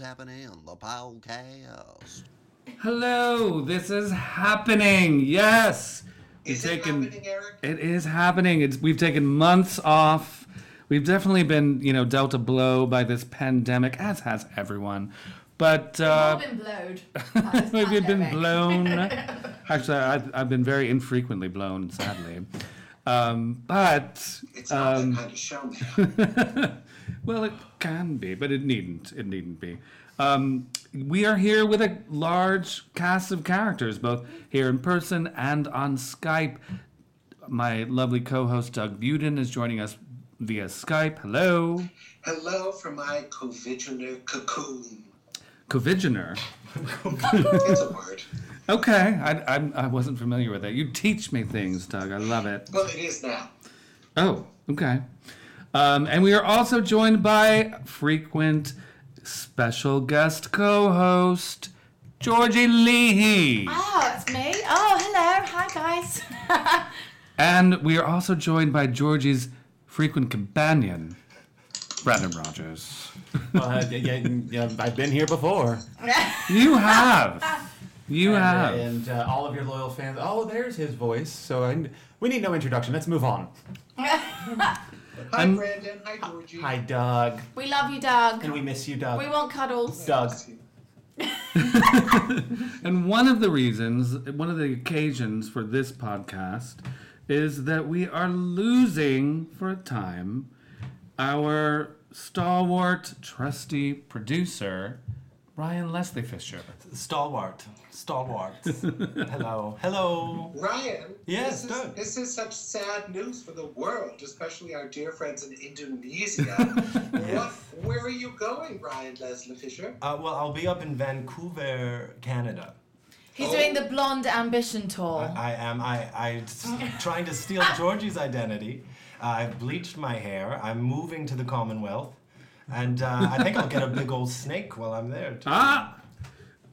happening? The podcast. Hello, this is happening. Yes. We've Is it happening, Eric? It is happening. It's we've taken months off. We've definitely been, you know, dealt a blow by this pandemic, as has everyone. But uh, We've all been blowed. Maybe we've been Pandemic. blown. Actually, I've, I've been very infrequently blown, sadly. Um, but It's not that kind of show now. well, it can be, but it needn't. It needn't be. Um, we are here with a large cast of characters, both here in person and on Skype. My lovely co-host Doug Buden is joining us via Skype. Hello, Hello from my covigilant cocoon. Covigener. It's a word. Okay, I, I, I wasn't familiar with it. You teach me things, Doug. I love it. Well, it is now. Oh, okay. Um, and we are also joined by frequent special guest co-host Georgie Leahy, Oh, it's me. Oh, hello. Hi, guys. and we are also joined by Georgie's frequent companion, Brandon Rogers. Uh, yeah, yeah, yeah, I've been here before. You have, you And, uh, have. And uh, all of your loyal fans. Oh, there's his voice. So I, we need no introduction. Let's move on. Hi, I'm- Brandon. Hi, Georgie. Hi, Doug. we love you, Doug. And we miss you, Doug. We want cuddles. Doug. And one of the reasons, one of the occasions for this podcast, is that we are losing for a time our stalwart, trusty producer, Ryan Leslie Fisher. Stalwart. Stalwart. Hello. Hello. Ryan. Yes, this is, Doug. this is such sad news for the world, especially our dear friends in Indonesia. what, where are you going, Ryan Leslie Fisher? Uh, well, I'll be up in Vancouver, Canada. He's Oh. doing the Blonde Ambition tour. I am I, I s- trying to steal Georgie's identity. Uh, I've bleached my hair. I'm moving to the Commonwealth. And uh, I think I'll get a big old snake while I'm there. Too. Ah!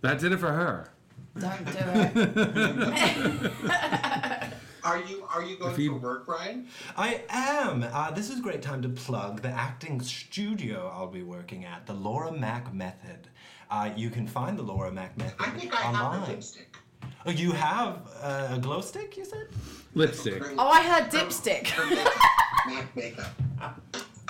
That did it for her. Oh. Don't do it. Are you are you going If you- for work, Ryan? I am. Uh, this is a great time to plug the acting studio I'll be working at, the Laura Mack Method. Uh, you can find the Laura Mack Method I think I online. have a lipstick. Oh, you have uh, a glow stick, you said? Lipstick. Her- Oh, I heard dipstick. her makeup, Mac makeup.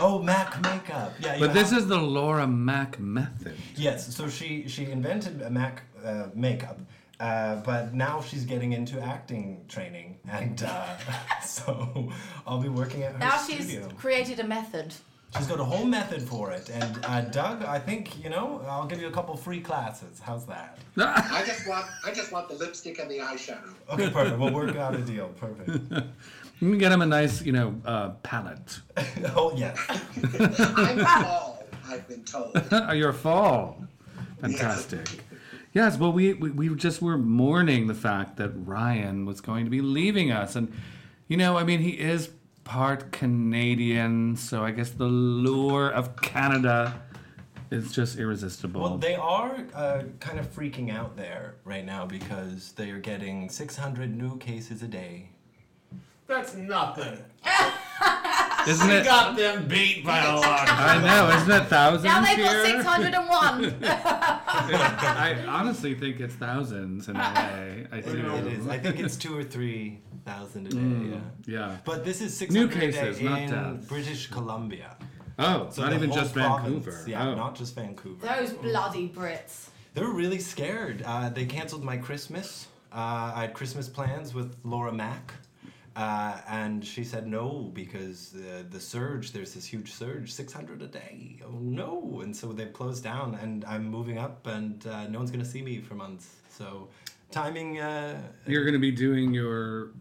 Oh, Mac makeup. Yeah, you But this have- is the Laura Mack method. yes. So she she invented a Mac uh, makeup, uh, but now she's getting into acting training, and uh, so I'll be working at her Now she's studio. created a method. She's got a whole method for it, and uh, Doug, I think you know I'll give you a couple free classes. How's that? I just want I just want the lipstick and the eyeshadow. Okay, perfect. We'll work out a deal. Perfect. You can get him a nice, you know, uh, palette. Oh yes. I'm tall, I've been told. Oh, your fall. Fantastic. Yes, well, we, we, we just were mourning the fact that Ryan was going to be leaving us. And, you know, I mean, he is part Canadian, so I guess the lure of Canada is just irresistible. Well, they are uh, kind of freaking out there right now because they are getting 600 new cases a day. That's nothing. isn't it? Got them beat by a lot. I know, isn't it thousands Now they've got here? 601. I honestly think it's thousands in a way. I do. It is. I think it's two or three thousand a day. Yeah. Mm, Yeah. But this is 600 New a cases, day not in deaths. British Columbia. Oh, So not the even whole just province, Vancouver. Yeah, oh. not just Vancouver. Those bloody Brits. They're really scared. Uh, they canceled my Christmas. Uh, I had Christmas plans with Laura Mack. Uh, and she said no because uh, the surge, there's this huge surge, 600 a day. Oh no. And so they've closed down, and I'm moving up, and uh, no one's going to see me for months. So timing. Uh, You're going to be doing your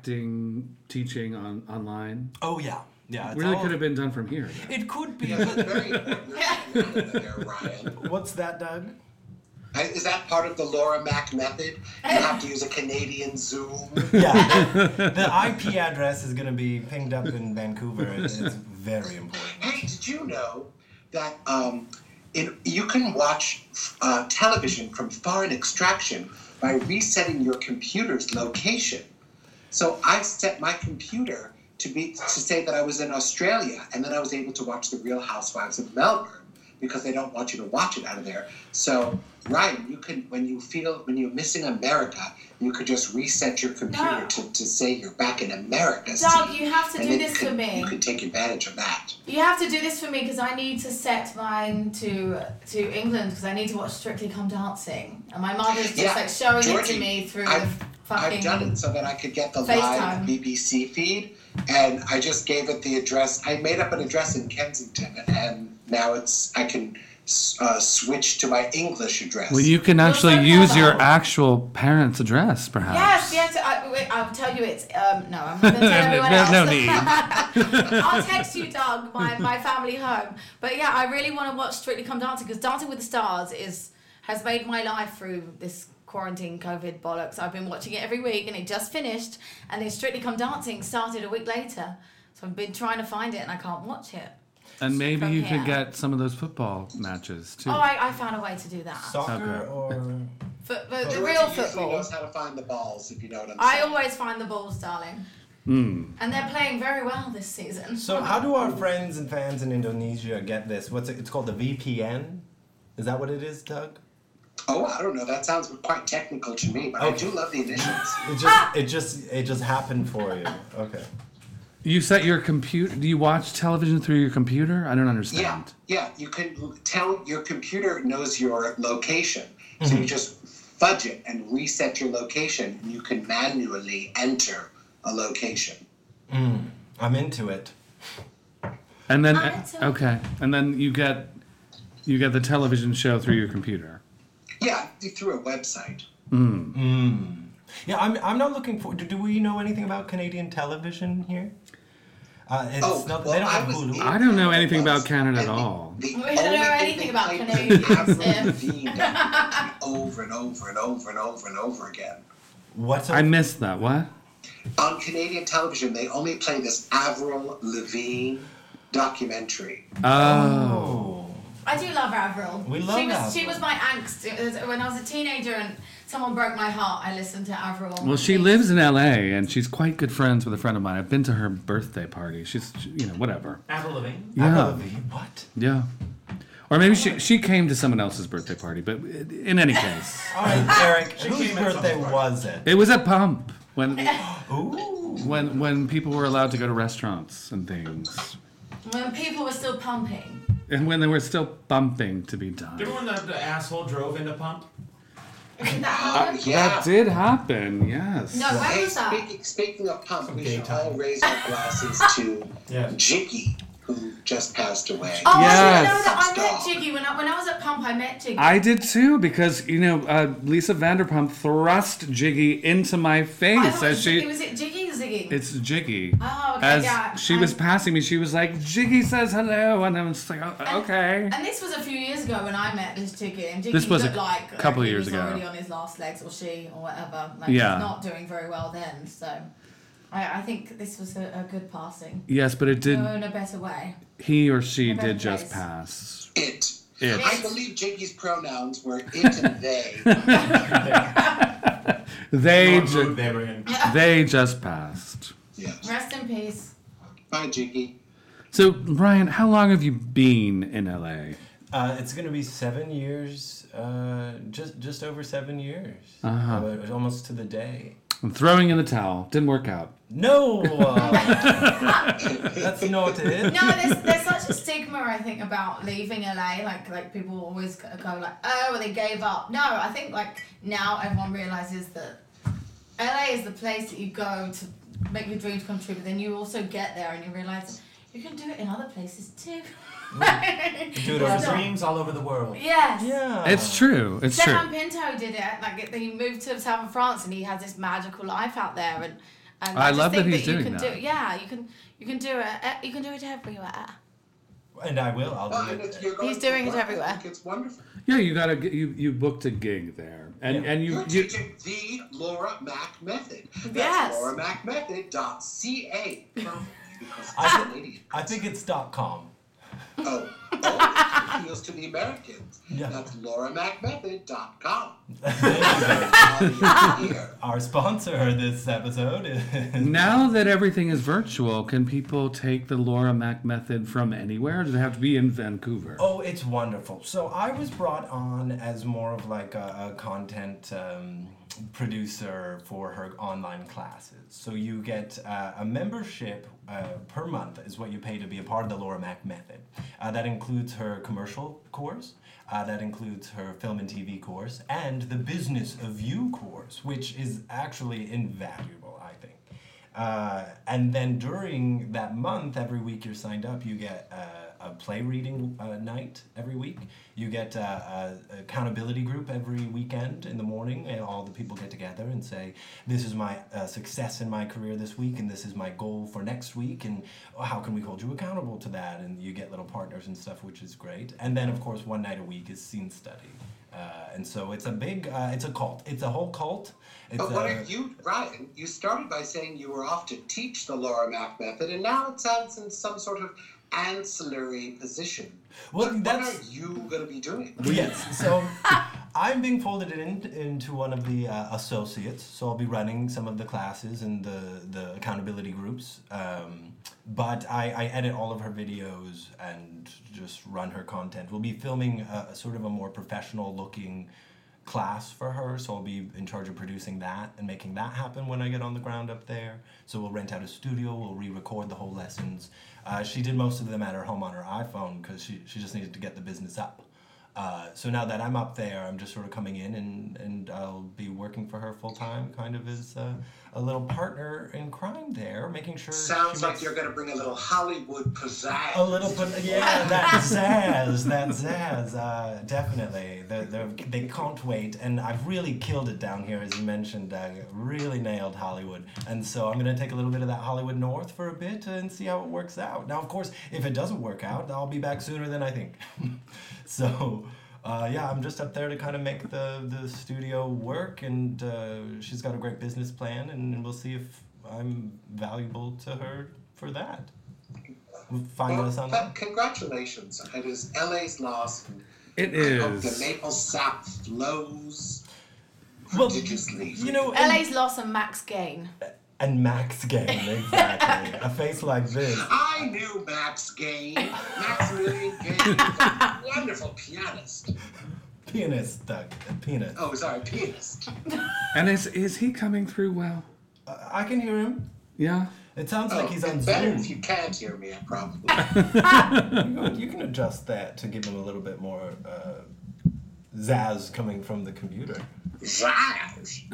acting teaching on online. oh, yeah. Yeah. it's really all- could have been done from here. It could be. That's very important there, Ryan. but- What's that, Doug? I- Is that part of the Laura Mack method? You have to use a Canadian Zoom. Yeah. the, the IP address is going to be pinged up in Vancouver. It's, it's very important. Hey, did you know that um, in, you can watch uh, television from foreign extraction by resetting your computer's location? So I set my computer to be to say that I was in Australia, and then I was able to watch The Real Housewives of Melbourne because they don't want you to watch it out of there. So Ryan, you can when you feel when you're missing America, you could just reset your computer No. to, to say you're back in America. Doug, Steve. you have to And do then you this for can- me. You can take advantage of that. You have to do this for me because I need to set mine to to England because I need to watch Strictly Come Dancing, and my mother's just Yeah, like showing it Georgie, to me through I've- the fucking. I've done it so that I could get the FaceTime. live BBC feed, and I just gave it the address. I made up an address in Kensington, and now it's I can uh, switch to my English address. Well, you can You're actually so use clever. your actual parents' address, perhaps. Yes, yes. I, wait, I'll tell you. It's um. No, I'm not going to tell everyone No, else. no need. I'll text you, Doug. My my family home. But yeah, I really want to watch Strictly Come Dancing because Dancing with the Stars is has made my life through this quarantine COVID bollocks. I've been watching it every week, and it just finished. And then Strictly Come Dancing started a week later, so I've been trying to find it, and I can't watch it. And maybe From you could here. get some of those football matches too. Oh, I, I found a way to do that. Soccer Okay. or Fo- fo- the Georgie real usually football. knows how to find the balls, if you know what I'm I saying. always find the balls, darling. Mm. And they're playing very well this season. So how do our friends and fans in Indonesia get this? What's it? It's called the VPN. Is that what it is, Doug? oh, I don't know. That sounds quite technical to me, but I Okay. do love the initials. It Ah! just it just it just happened for you. Okay. You set your computer. Do you watch television through your computer? I don't understand. Yeah, yeah. You can tell your computer knows your location, so you just fudge it and reset your location, and you can manually enter a location. I'm into it. And then eh, I don't- okay, and then you get you get the television show through your computer. Yeah, through a website. Yeah, I'm I'm not looking for. Do, do we know anything about Canadian television here? Uh, it's Oh, not, well, they don't I have was Hulu. in I don't know anything Canada about Canada at once, and all. the- the We don't know only thing anything they about played Canadians, was yeah. Avril Lavigne and over and over and over and over and over again. What's I a- missed that. What? On Canadian television, they only play this Avril Lavigne documentary. Oh, Oh. I do love Avril. We love she was, She Avril. was my angst. It was- when I was a teenager and someone broke my heart, I listened to Avril. on well, she repeat. lives in L.A. and she's quite good friends with a friend of mine. I've been to her birthday party. She's she- you know whatever. Avril Lavigne. Yeah. Avril Lavigne, What? Yeah. Or maybe she, she came to someone else's birthday party, but in any case, All right, Eric. whose came at some birthday point. was it? it was a pump when Ooh. when when people were allowed to go to restaurants and things, When people were still pumping. and when there were still bumping to be done. Remember when the, the asshole drove into Pump? Did that Oh, happen? yeah. That did happen, yes. No, where Hey, was that? Speaking, speaking of pump, we gay should time. all raise our glasses to Yeah. Jiggy, who just passed away. Oh, I didn't Yes. know that. I met Stop. Jiggy when I when I was at Pump. I met Jiggy. I did too because you know uh, Lisa Vanderpump thrust Jiggy into my I face thought as Jiggy she. was it Jiggy or Ziggy? It's Jiggy. Oh, okay, as yeah, she was I'm- passing me, she was like, "Jiggy says hello," and I was like, oh, And- "Okay." And this was a few years ago when I met this Jiggy, and Jiggy This was a looked like uh, couple he years was ago. already on his last legs, or she, or whatever. Like Yeah. he's not doing very well then, so I, I think this was a, a good passing. Yes, but it did. No, in a better way. He or she About did the just face. pass. It. It. I believe Jiggy's pronouns were it and they. They What mood ju- they were in. they just passed. yes. Rest in peace. Bye, Jiggy. So Ryan, how long have you been in LA? Uh, it's gonna be seven years. Uh, just just over seven years. Uh-huh. Uh, almost to the day. I'm throwing in the towel. Didn't work out. No, uh, that's not it. No, there's, there's such a stigma I think about leaving LA. Like like people always go go like, oh, well, they gave up. No, I think like now everyone realizes that LA is the place that you go to make your dreams come true. But then you also get there and you realize you can do it in other places too. Do it There over are Stop. dreams all over the world. Yes. Yeah, It's true. It's true. Stefan Pinto did it. Like he moved to southern France and he has this magical life out there. And, and I just love that think he's you doing can that. Do, yeah, you can you can do it. uh, You can do it everywhere. and I will. I'll Well, do and it. if you're going He's for doing it work, I everywhere. think It's wonderful. Yeah, you got to you you booked a gig there, and Yeah. and you You're you teaching the Laura Mac method. That's Yes. Laura Mac method dot ca. Because it's I- Canadian. I think it's dot com. Oh, oh, it appeals to the Americans. Yeah. That's lauramacmethod.com. There you go. reality here. Our sponsor this episode is Now that everything is virtual, can people take the Laura Mac method from anywhere? Or does it have to be in Vancouver? Oh, it's wonderful. So I was brought on as more of like a, a content um, producer for her online classes. So you get uh, a membership uh, per month is what you pay to be a part of the Laura Mac method. Uh, that includes her commercial course. Uh, that includes her film and TV course and the business of you course, which is actually invaluable, I think. Uh, and then during that month, every week you're signed up, you get uh, a play reading uh, night every week. You get uh, a accountability group every weekend in the morning, and all the people get together and say, "This is my uh, success in my career this week, and this is my goal for next week, and how can we hold you accountable to that?" And you get little partners and stuff, which is great. And then, of course, one night a week is scene study. Uh, and so it's a big, uh, it's a cult. It's a whole cult. It's But what a- are you, Ryan? You started by saying you were off to teach the Laura Mack method, and now it sounds in some sort of ancillary position. Well, What- what, that's- are you going to be doing? Yes. So I'm being folded in into one of the uh, associates. So I'll be running some of the classes and the the accountability groups. Um, but I, I edit all of her videos and just run her content. We'll be filming a, a sort of a more professional looking class for her so i'll be in charge of producing that and making that happen when i get on the ground up there so we'll rent out a studio we'll re-record the whole lessons uh, she did most of them at her home on her iphone because she, she just needed to get the business up uh, so now that I'm up there, I'm just sort of coming in and, and I'll be working for her full time, kind of as a, a little partner in crime there, making sure. Sounds she like makes you're going to bring a little Hollywood pizzazz. A little bit, yeah, that zazz, that zazz, uh, definitely. They're, they're, they can't wait, and I've really killed it down here, as you mentioned. I really nailed Hollywood, and so I'm gonna take a little bit of that Hollywood North for a bit and see how it works out. Now, of course, if it doesn't work out, I'll be back sooner than I think. so, uh, yeah, I'm just up there to kind of make the, the studio work, and uh, she's got a great business plan, and we'll see if I'm valuable to her for that. Find us Well, on but congratulations. It is LA's loss. It I hope the is. maple sap flows Well, prodigiously. You know, and, LA's loss and Max gain. and Max Gain, exactly. a face like this. I knew Max Gain. Max really Gain was a wonderful pianist. Penis, Doug. Penis. Oh, sorry, pianist. And is is he coming through well? Uh, I can hear him. Yeah. It sounds Oh, like he's on it's better Zoom. if you can't hear me, probably. You- You can adjust that to give him a little bit more uh, zazz coming from the computer. Zhuzh.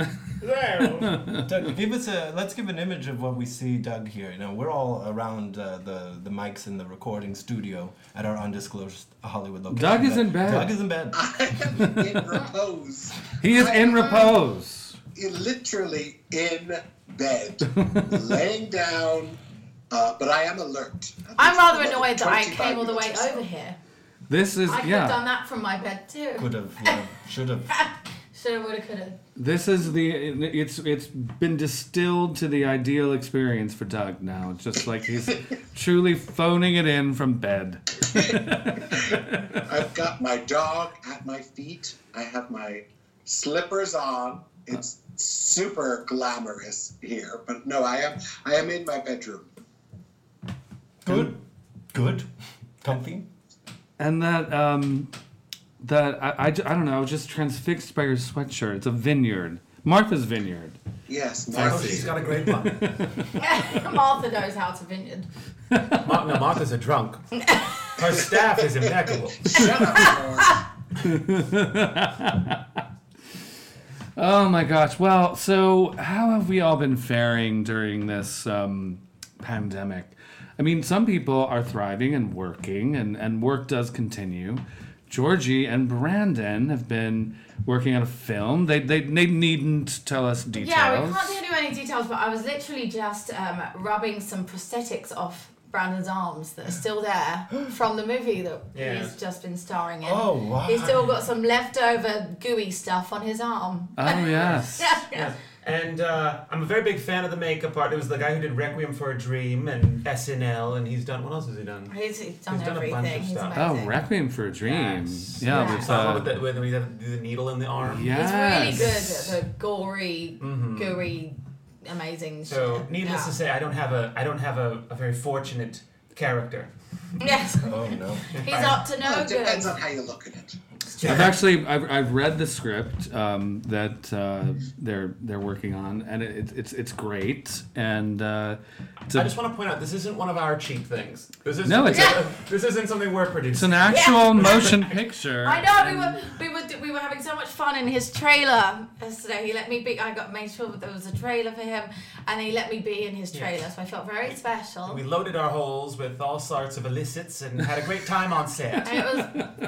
Doug, give us a. Let's give an image of what we see, Doug. Here, you know, we're all around uh, the the mics in the recording studio at our undisclosed Hollywood location. Doug is But in bed. Doug is in bed. in repose. He is in repose. Literally in bed, laying down, uh, but I am alert. I'm rather annoyed that I 25 came all the way minutes or so. over here. This is I could have done yeah. that from my bed too. Would have, would have, should have. Shoulda, woulda, coulda. This is the it's it's been distilled to the ideal experience for Doug now. It's just like he's truly phoning it in from bed. I've got my dog at my feet. I have my slippers on. It's super glamorous here, but no, I am I am in my bedroom. Good, good, comfy. And that um that I, I, j- I don't know, I was just transfixed by your sweatshirt. It's a vineyard. Martha's Vineyard. Yes, Oh, Marcy. she's got a great one. Martha knows how to vineyard. Ma- no, Martha's a drunk. Her staff is impeccable. Shut up, George. Oh my gosh. Well, so how have we all been faring during this um, pandemic? I mean, some people are thriving and working, and, and work does continue. Georgie and Brandon have been working on a film. They, they, they needn't tell us details. Yeah, we can't tell you any details, but I was literally just um, rubbing some prosthetics off Brandon's arms that are still there from the movie that Yeah. he's just been starring in. Oh, wow. Uh, He's still got some leftover gooey stuff on his arm. Oh, yes. Yeah. And uh, I'm a very big fan of the makeup artist. It was the guy who did Requiem for a Dream and SNL, and he's done. What else has he done? He's, he's done He's done a bunch everything. of He's stuff. Oh, amazing. Requiem for a Dream. Yes. Yeah, Yes. there's Saw with uh, the, with the, the needle in the arm. yes. He's really good at the gory, gory, amazing. So, shit. needless Yeah. to say, I don't have a I don't have a, a very fortunate character. yes, Oh no. he's up to Well, no Oh, it good. depends on how you look at it. I've actually I've, I've read the script um, that uh, they're they're working on, and it, it's- it's it's great. And uh, it's, I a, just want to point out this isn't one of our cheap things. This isn't No, it's a- Yeah. this isn't something we're it's producing. an actual motion picture. I know we were we were we were having so much fun in his trailer yesterday. He let me be. I got made sure that there was a trailer for him, and he let me be in his trailer, so I felt very special. we loaded our holes with all sorts of illicits and had a great time on set. and it was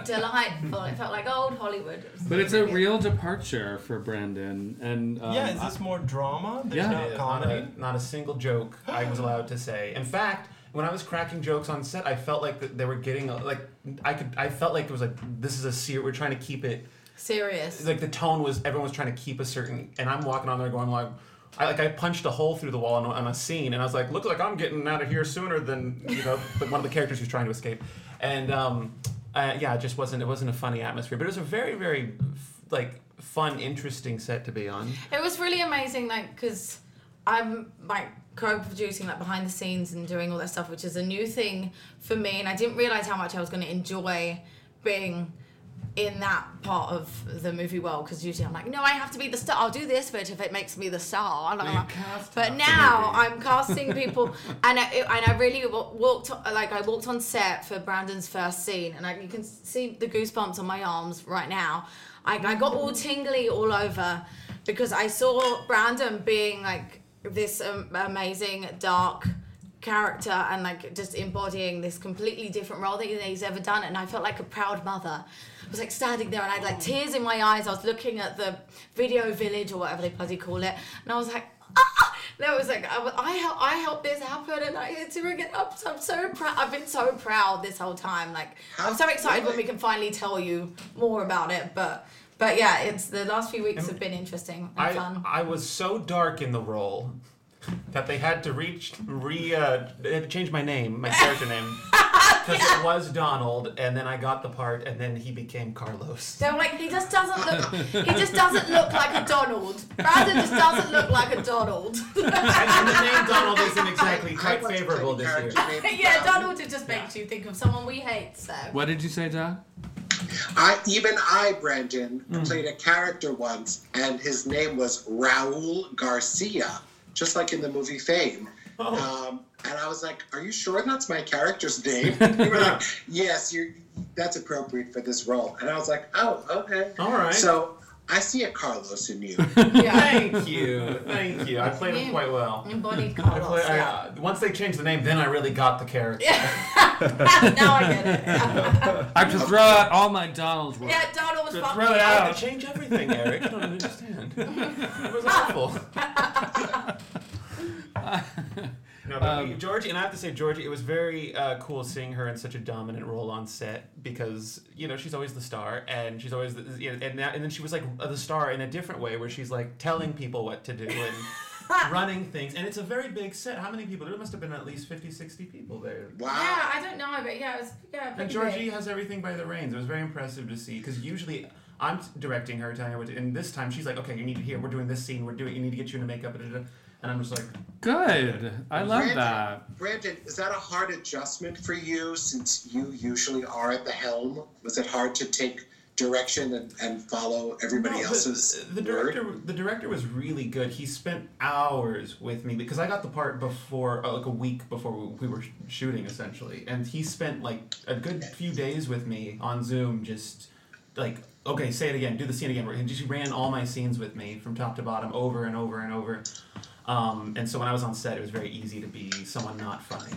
delightful. It felt like old Hollywood. It was But it's a really good. real departure for Brandon, and um, yeah, is this more drama? There's Yeah. no Yeah, not, comedy. a, not a single joke I was allowed to say. In fact, when I was cracking jokes on set, I felt like that they were getting a- like I could. I felt like it was like this is a ser We're trying to keep it serious. like the tone was everyone was trying to keep a certain. And I'm walking on there going like. I, like I punched a hole through the wall on, on a scene, and I was like, "Looks like I'm getting out of here sooner than you know." the, one of the characters who's trying to escape, and um, uh, yeah, it just wasn't. It wasn't a funny atmosphere, but it was a very, very f- like fun, interesting set to be on. It was really amazing, like because I'm like co-producing like behind the scenes and doing all that stuff, which is a new thing for me, and I didn't realize how much I was going to enjoy being in that part of the movie world because usually I'm like, no, I have to be the star. I'll do this bit if it makes me the star. la, la, la." But now I'm casting people, and I, and I really wa- walked like I walked on set for Brandon's first scene, and I, you can see the goosebumps on my arms right now. I, I got all tingly all over because I saw Brandon being like this um, amazing dark character and like just embodying this completely different role that he's ever done and I felt like a proud mother. I was like standing there and I had like tears in my eyes. I was looking at the video village or whatever they bloody call it and I was like ah! and I was like I, I help I helped this happen and I it's doing it up I'm so proud I've been so proud this whole time like I'm so excited when we can finally tell you more about it but but yeah it's the last few weeks have been interesting and I, fun I was so dark in the role that they had to reach re uh, they had to change my name, my character name, because it was Donald, and then I got the part, and then he became Carlos. They're like, he just doesn't look. He just doesn't look like a Donald. Brandon just doesn't look like a Donald. And, and the name Donald isn't exactly I quite want to play favorable the this year. character named yeah, Donald. Donald. It just makes you think of someone we hate. So what did you say, Doc? I even I, Brandon, Hmm. played a character once, and his name was Raul Garcia, just like in the movie Fame. Oh. Um, and I was like, "Are you sure that's my character's name?" you were like, "Yes, you. That's appropriate for this role." And I was like, "Oh, okay, All right. So I see a Carlos in you. yeah, Thank you, thank you. I played him quite well. embodied I Carlos. play, I, yeah. uh, once they changed the name, then I really got the character. now I get it. Yeah, I have to throw out all my Donald's work. yeah Donald was Just fucking. throw it I out. had to change everything, Eric. I don't understand. It was awful. no, but we- Georgie, and I have to say, Georgie, it was very uh, cool seeing her in such a dominant role on set because you know she's always the star, and she's always the, you know, and that, and then she was like uh, the star in a different way where she's like telling people what to do and running things, and it's a very big set. How many people? There must have been at least 50, 60 people there. Wow. Yeah, I don't know, but yeah, it was yeah. And pretty Georgie big. has everything by the reins. It was very impressive to see because usually I'm directing her, telling her what to, and this time she's like, "Okay, you need to hear. We're doing this scene. We're doing. You need to get you into makeup." da, da, da." And I'm just like, Good. I love that. Brandon, is that a hard adjustment for you since you usually are at the helm? Was it hard to take direction and, and follow everybody No, the- else's The word? director, the director was really good. He spent hours with me because I got the part before, uh, like a week before we were sh- shooting, essentially, and he spent like a good few days with me on Zoom, just like, okay, say it again, do the scene again. And just ran all my scenes with me from top to bottom, over and over and over. Um, and so when I was on set, it was very easy to be someone not funny.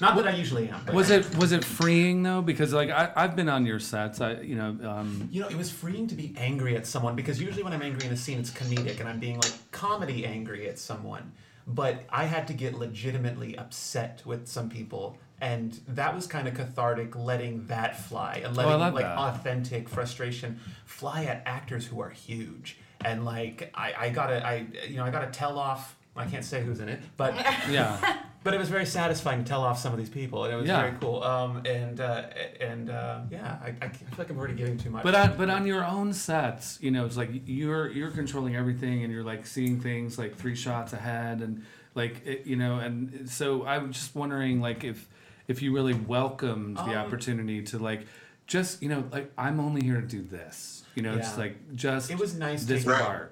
Not that I usually am. But Was it was it freeing though? Because like I, I've been on your sets. I you know um, You know, it was freeing to be angry at someone because usually when I'm angry in a scene, it's comedic and I'm being like comedy angry at someone. But I had to get legitimately upset with some people and that was kind of cathartic, letting that fly and letting Oh, love like that. authentic frustration fly at actors who are huge. And like I, I gotta, I you know, I gotta tell off. I can't say who's in it, but Yeah. but it was very satisfying to tell off some of these people, and it was Yeah. very cool. Um, and uh, and uh, yeah, I, I feel like I'm already giving too much. But on, but on your own sets, you know, it's like you're you're controlling everything, and you're like seeing things like three shots ahead, and like it, you know, and so I was just wondering, like if if you really welcomed Um, the opportunity to like just you know like I'm only here to do this, you know, just Yeah. like just It was nice this taking- Right. part.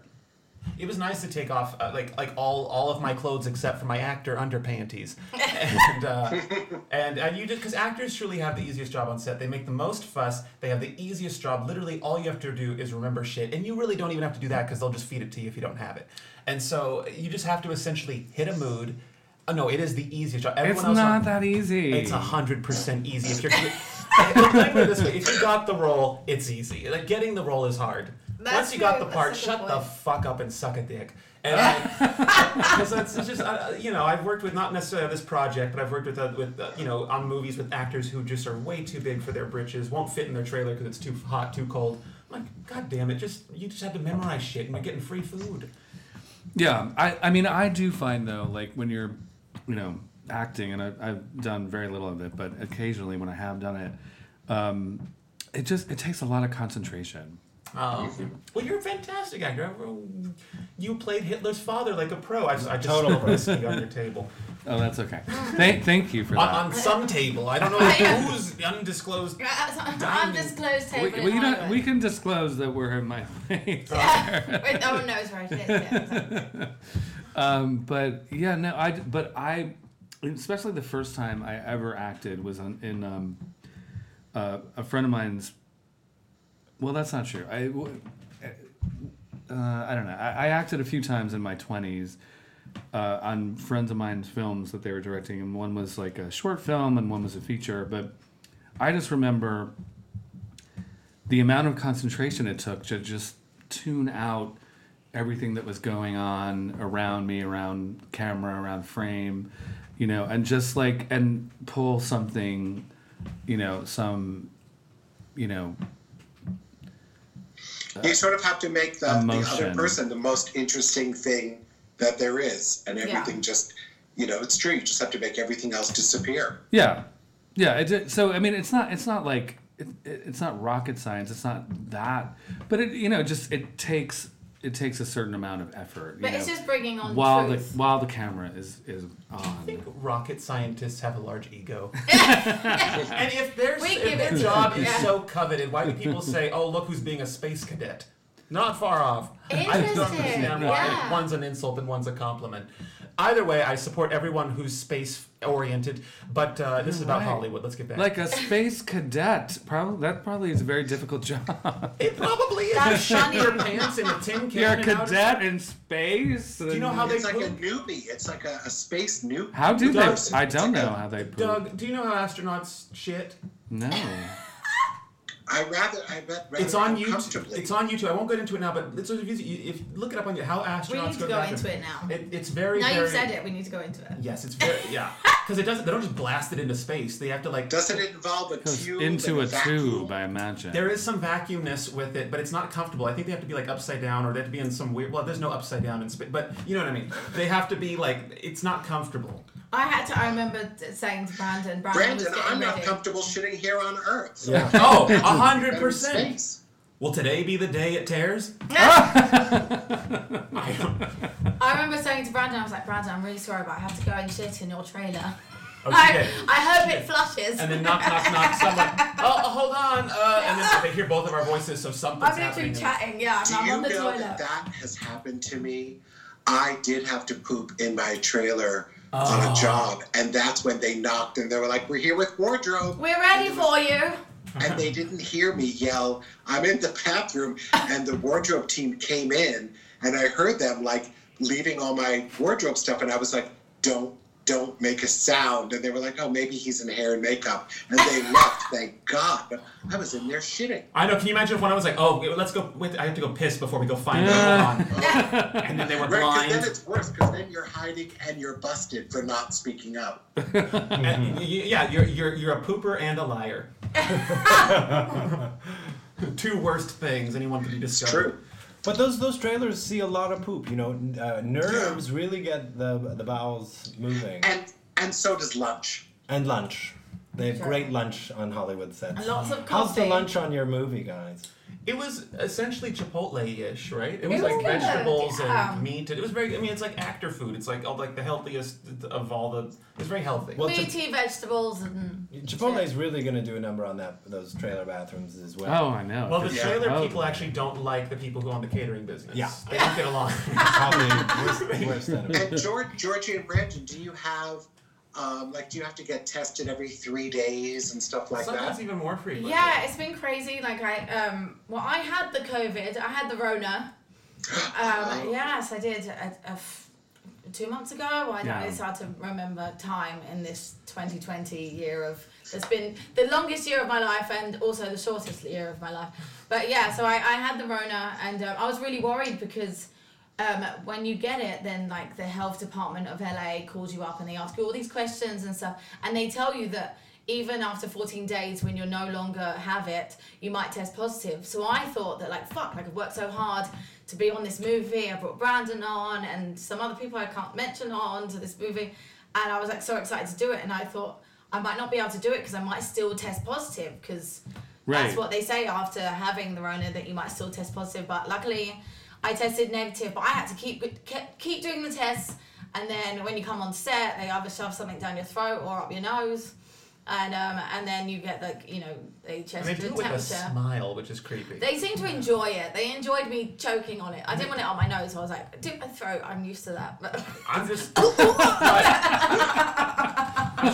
It was nice to take off uh, like like all all of my clothes except for my actor underpanties, and uh, and and you did because actors truly have the easiest job on set. They make the most fuss. They have the easiest job. Literally, all you have to do is remember shit, and you really don't even have to do that because they'll just feed it to you if you don't have it. And so you just have to essentially hit a mood. Oh, no, it is the easiest job. Everyone It's else not on- that easy. It's a hundred percent easy. If you're let me put it this way, if you got the role, it's easy. Like getting the role is hard. That's Once you got true. the part, That's a good shut the point. fuck up and suck a dick. And I- 'cause that's it's just uh, you know I've worked with not necessarily on this project, but I've worked with uh, with uh, you know on movies with actors who just are way too big for their britches, won't fit in their trailer because it's too hot, too cold. I'm like, god damn it, just you just had to memorize shit, and you're getting free food. Yeah, I, I mean, I do find though, like when you're, you know, acting, and I, I've done very little of it, but occasionally when I have done it, um, it just it takes a lot of concentration. Um, well, you're a fantastic actor. I've- uh, You played Hitler's father like a pro. I just, I just Total spilled whiskey on your table. Oh, that's okay. Thank, thank you for On, that. on some table. I don't know who's undisclosed. I'm just closed We, table. we, in don't, Hollywood. we can disclose that we're in my place. Yeah. Wait, no one knows where it is. Yeah, exactly. Um, but yeah, no, I but I, especially the first time I ever acted was on, in um, uh, a friend of mine's. Well, that's not true. I, w- uh, I don't know. I, I acted a few times in my twenties. Uh, on friends of mine's films that they were directing, and one was like a short film, and one was a feature. But I just remember the amount of concentration it took to just tune out everything that was going on around me, around camera, around frame, you know, and just like and pull something, you know, some, you know, you sort of have to make the, the other Emotion. person the most interesting thing that there is, and everything just, you know, it's true. You just have to make everything else disappear. yeah, yeah. It, did- so I mean, it's not it's not like it, it, it's not rocket science. It's not that, but it you know just it takes it takes a certain amount of effort. You But know, it's just bringing on while truth. the while the camera is is on. I think rocket scientists have a large ego. and if their, We if give their it to job them, is yeah. so coveted, why do people say, oh, look who's being a space cadet? Not far off. I just don't Interesting, understand why yeah. one's an insult and one's a compliment. Either way, I support everyone who's space oriented, but uh, this is about Right. Hollywood. Let's get back. Like a space cadet, probably that probably is a very difficult job. it probably is. That's You shit funny. your pants in a tin can. You're a and out of- cadet in space. Do you know how they It's like a poop? newbie. It's like a, a space newbie. How do they? Dogs- I don't know how they. Poop. Doug, do you know how astronauts shit? No. I rather, I bet, rather It's on YouTube. uncomfortably. It's on YouTube. I won't get into it now, but it's if you if, look it up on you how astronauts We need to go go back into to- it now. It, it's very. Now very, you've said it, we need to go into it. Yes, it's very yeah. Because it doesn't. They don't just blast it into space. They have to like. Doesn't it involve a Goes tube? into and a vacuum? tube, I imagine. There is some vacuumness with it, but it's not comfortable. I think they have to be like upside down, or they have to be in some weird. Well, there's no upside down in space, but you know what I mean. They have to be like it's not comfortable. I had to, I remember t- saying to Brandon, Brandon, was Brandon, getting I'm not ready. comfortable shitting here on Earth. Yeah. Oh, a hundred Better in percent. space. Will today be the day it tears? Ah! I don't- I remember saying to Brandon, I was like, Brandon, I'm really sorry, but I have to go and shit in your trailer. Okay. I, I hope it flushes. Oh, And then knock, knock, knock. Someone. Oh, oh, hold on. Uh, and then they hear both of our voices, so something's I'm happening. literally in the- chatting, yeah, Do I'm you on the know toilet. that that has happened to me? I did have to poop in my trailer on Oh. a job, and that's when they knocked and they were like, "We're here with wardrobe," We're ready for you. and they didn't hear me yell, "I'm in the bathroom," and the wardrobe team came in, and I heard them like leaving all my wardrobe stuff, and I was like, "Don't don't make a sound. And they were like, oh, maybe he's in hair and makeup. And they left, thank God. But I was in there shitting. I know. Can you imagine if when I was like, "Oh, wait, let's go. Wait, I have to go piss before we go find out." Hold on. and then they were Right, 'cause then blind. it's worse because then you're hiding and you're busted for not speaking up. And, Mm-hmm. y- yeah, you're you're you're a pooper and a liar. Two worst things anyone could be It's discovered. true. But those those trailers see a lot of poop. You know, N- uh, nerves really get the the bowels moving. And and so does lunch. And lunch, they have Sure. great lunch on Hollywood sets. And lots of How's the coffee. lunch on your movie, guys? It was essentially Chipotle-ish, right? It was, was like good, vegetables yeah. and meat. and It was very. I mean, it's like actor food. It's like all like the healthiest of all the. It's very healthy. Well, Chip- BT vegetables and Chipotle is really going to do a number on that those trailer bathrooms as well. Oh, I know. Well, the Just- trailer oh, people actually don't like the people who own the catering business. Yeah. They don't get along. probably worse, worse than it. And George, Georgie and Brandon, do you have, um, like, do you have to get tested every three days and stuff like Sometimes that? even more frequently. yeah, it's been crazy. Like I um, well, I had the COVID. I had the Rona. Um, yes, I did. A, a f- two months ago. I Yeah. know it's hard to remember time in this 2020 year of. It's been the longest year of my life and also the shortest year of my life. But yeah, so I, I had the Rona and um, I was really worried because. Um, when you get it, then like the health department of LA calls you up and they ask you all these questions and stuff, and they tell you that even after 14 days, when you're no longer have it, you might test positive. So I thought that like fuck, like I've worked so hard to be on this movie. I brought Brandon on and some other people I can't mention on to this movie, and I was like so excited to do it, and I thought I might not be able to do it because I might still test positive because Right. that's what they say after having the Rona that you might still test positive. But luckily, I tested negative, but I had to keep kept, keep doing the tests. And then when you come on set, they either shove something down your throat or up your nose, and um, and then you get like you know they And test they your do it with a temperature. smile, which is creepy. They seem to enjoy it. They enjoyed me choking on it. I didn't want it on my nose, so I was like, do it in my throat. I'm used to that. But I'm just. I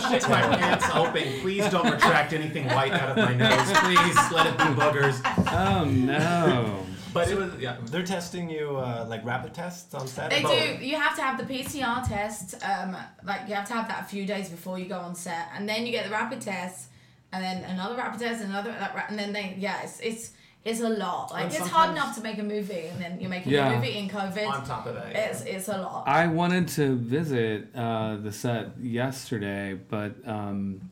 shit my pants open. Please don't retract anything white out of my nose. Please let it be boogers. Oh no. But it was yeah. They're testing you uh, like rapid tests on They Saturday. do. You have to have the PCR test. Um, like you have to have that a few days before you go on set, and then you get the rapid test, and then another rapid test, another like, ra- and then they yeah, it's it's it's a lot. Like And it's hard sometimes- enough to make a movie, and then you're making Yeah. a movie in COVID. On top of that, it's it's a lot. I wanted to visit uh, the set yesterday, but um,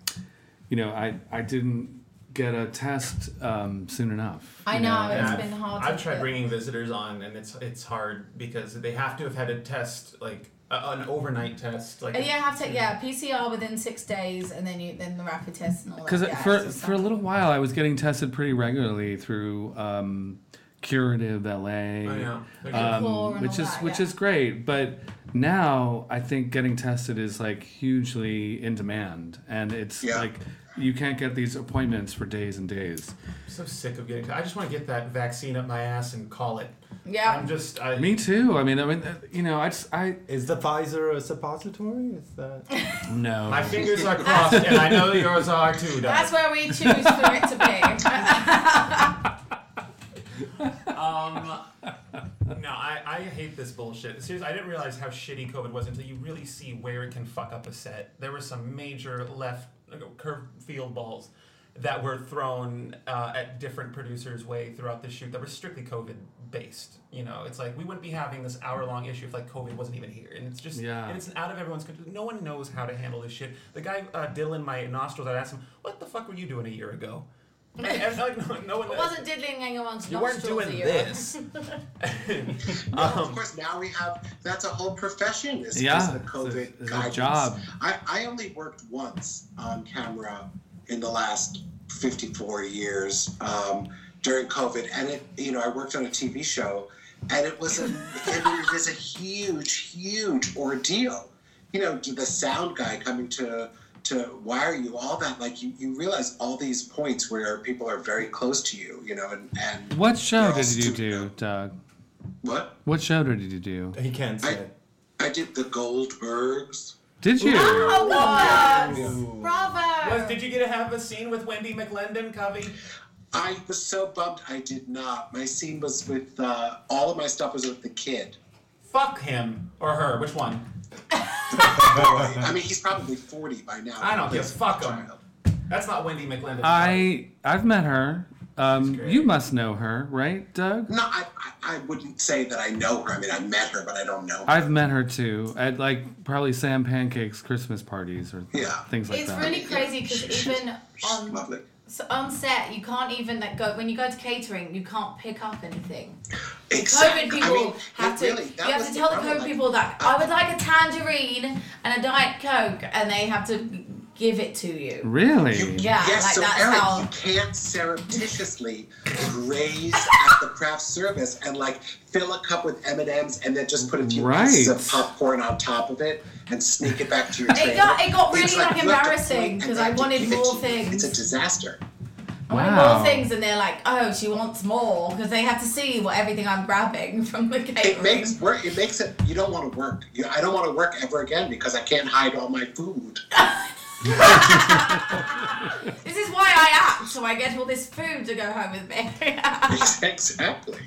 you know, I I didn't get a test um, soon enough. I you know, and it's I've- been hard to I've tried fit. bringing visitors on, and it's it's hard because they have to have had a test like a, an overnight test. Like And yeah, have to yeah PCR within six days, and then you then the rapid test and all that. Because Oh, yeah, for it's just for a something. little while, I was getting tested pretty regularly through um, Curative LA, I know. Like, Core and um, which is all that, which yeah. is great. But now I think getting tested is like hugely in demand, and it's Yeah. like you can't get these appointments for days and days. I'm so sick of getting. I just want to get that vaccine up my ass and call it. Yeah. I'm just. I, Me too. I mean, I mean, uh, you know, I just I Is the Pfizer a suppository? Is that? no. My fingers are crossed, and I know yours are too. Doc. That's where we choose for it to be. Um, no, I, I hate this bullshit. Seriously, I didn't realize how shitty COVID was until you really see where it can fuck up a set. There were some major left like, curve field balls that were thrown uh, at different producers' way throughout the shoot that were strictly COVID based. You know, it's like we wouldn't be having this hour long issue if like COVID wasn't even here, and it's just Yeah. and it's out of everyone's control. No one knows how to handle this shit. The guy uh, Dylan, my nostrils, I asked him, "What the fuck were you doing a year ago?" Like, every- like, no, no one It wasn't diddling anyone's you weren't nostrils doing a year. this. No, of course, now we have that's a whole profession. Is, is Um, Yeah, the it's a- COVID it's a guidance. job. I, I only worked once on camera in the last 54 years um, during COVID, and it you know I worked on a TV show, and it was a it was a huge huge ordeal. You know, to the sound guy coming to to wire you all that like you, you realize all these points where people are very close to you you know and, and What show you're all did you stupid. do, Doug? what What show did you do? He can't say. it. I did the Goldbergs. Did you? Oh, God! Ooh. Bravo! Was, did you get to have a scene with Wendy McLendon, Covey? I was so bummed I did not. My scene was with uh, all of my stuff was with the kid. Fuck him or her. Which one? I mean, he's probably 40 by now. I don't give a He's fuck a him. child. That's not Wendy McLendon. I I've met her. Um, great. you must know her, right, Doug? No, I, I, I wouldn't say that I know her. I mean, I met her, but I don't know her. I've met her too at like probably Sam Pancake's Christmas parties or th- Yeah. things like it's that. really crazy She- because she- even she's on lovely. so on set, you can't even like go when you go to catering, you can't pick up anything. Exactly. COVID people I mean, have to. really, you that have was to tell the problem, COVID like, people that I would like a tangerine and a diet coke, and they have to give it to you. Really? You, Yeah, yes, like so that's Eric, how- you can't surreptitiously graze at the craft service and like fill a cup with M and M's and then just put a few Right. pieces of popcorn on top of it and sneak it back to your trailer. It got it got really It's like, you have to point embarrassing and because they I have to wanted give it more to you. It's a things. disaster. I wanted more things, and they're like, "Oh, she wants more," because they have to see what everything I'm grabbing from the catering. It makes work. It makes it. You don't want to work. You, I don't want to work ever again because I can't hide all my food. This is why I act, so I get all this food to go home with me. exactly.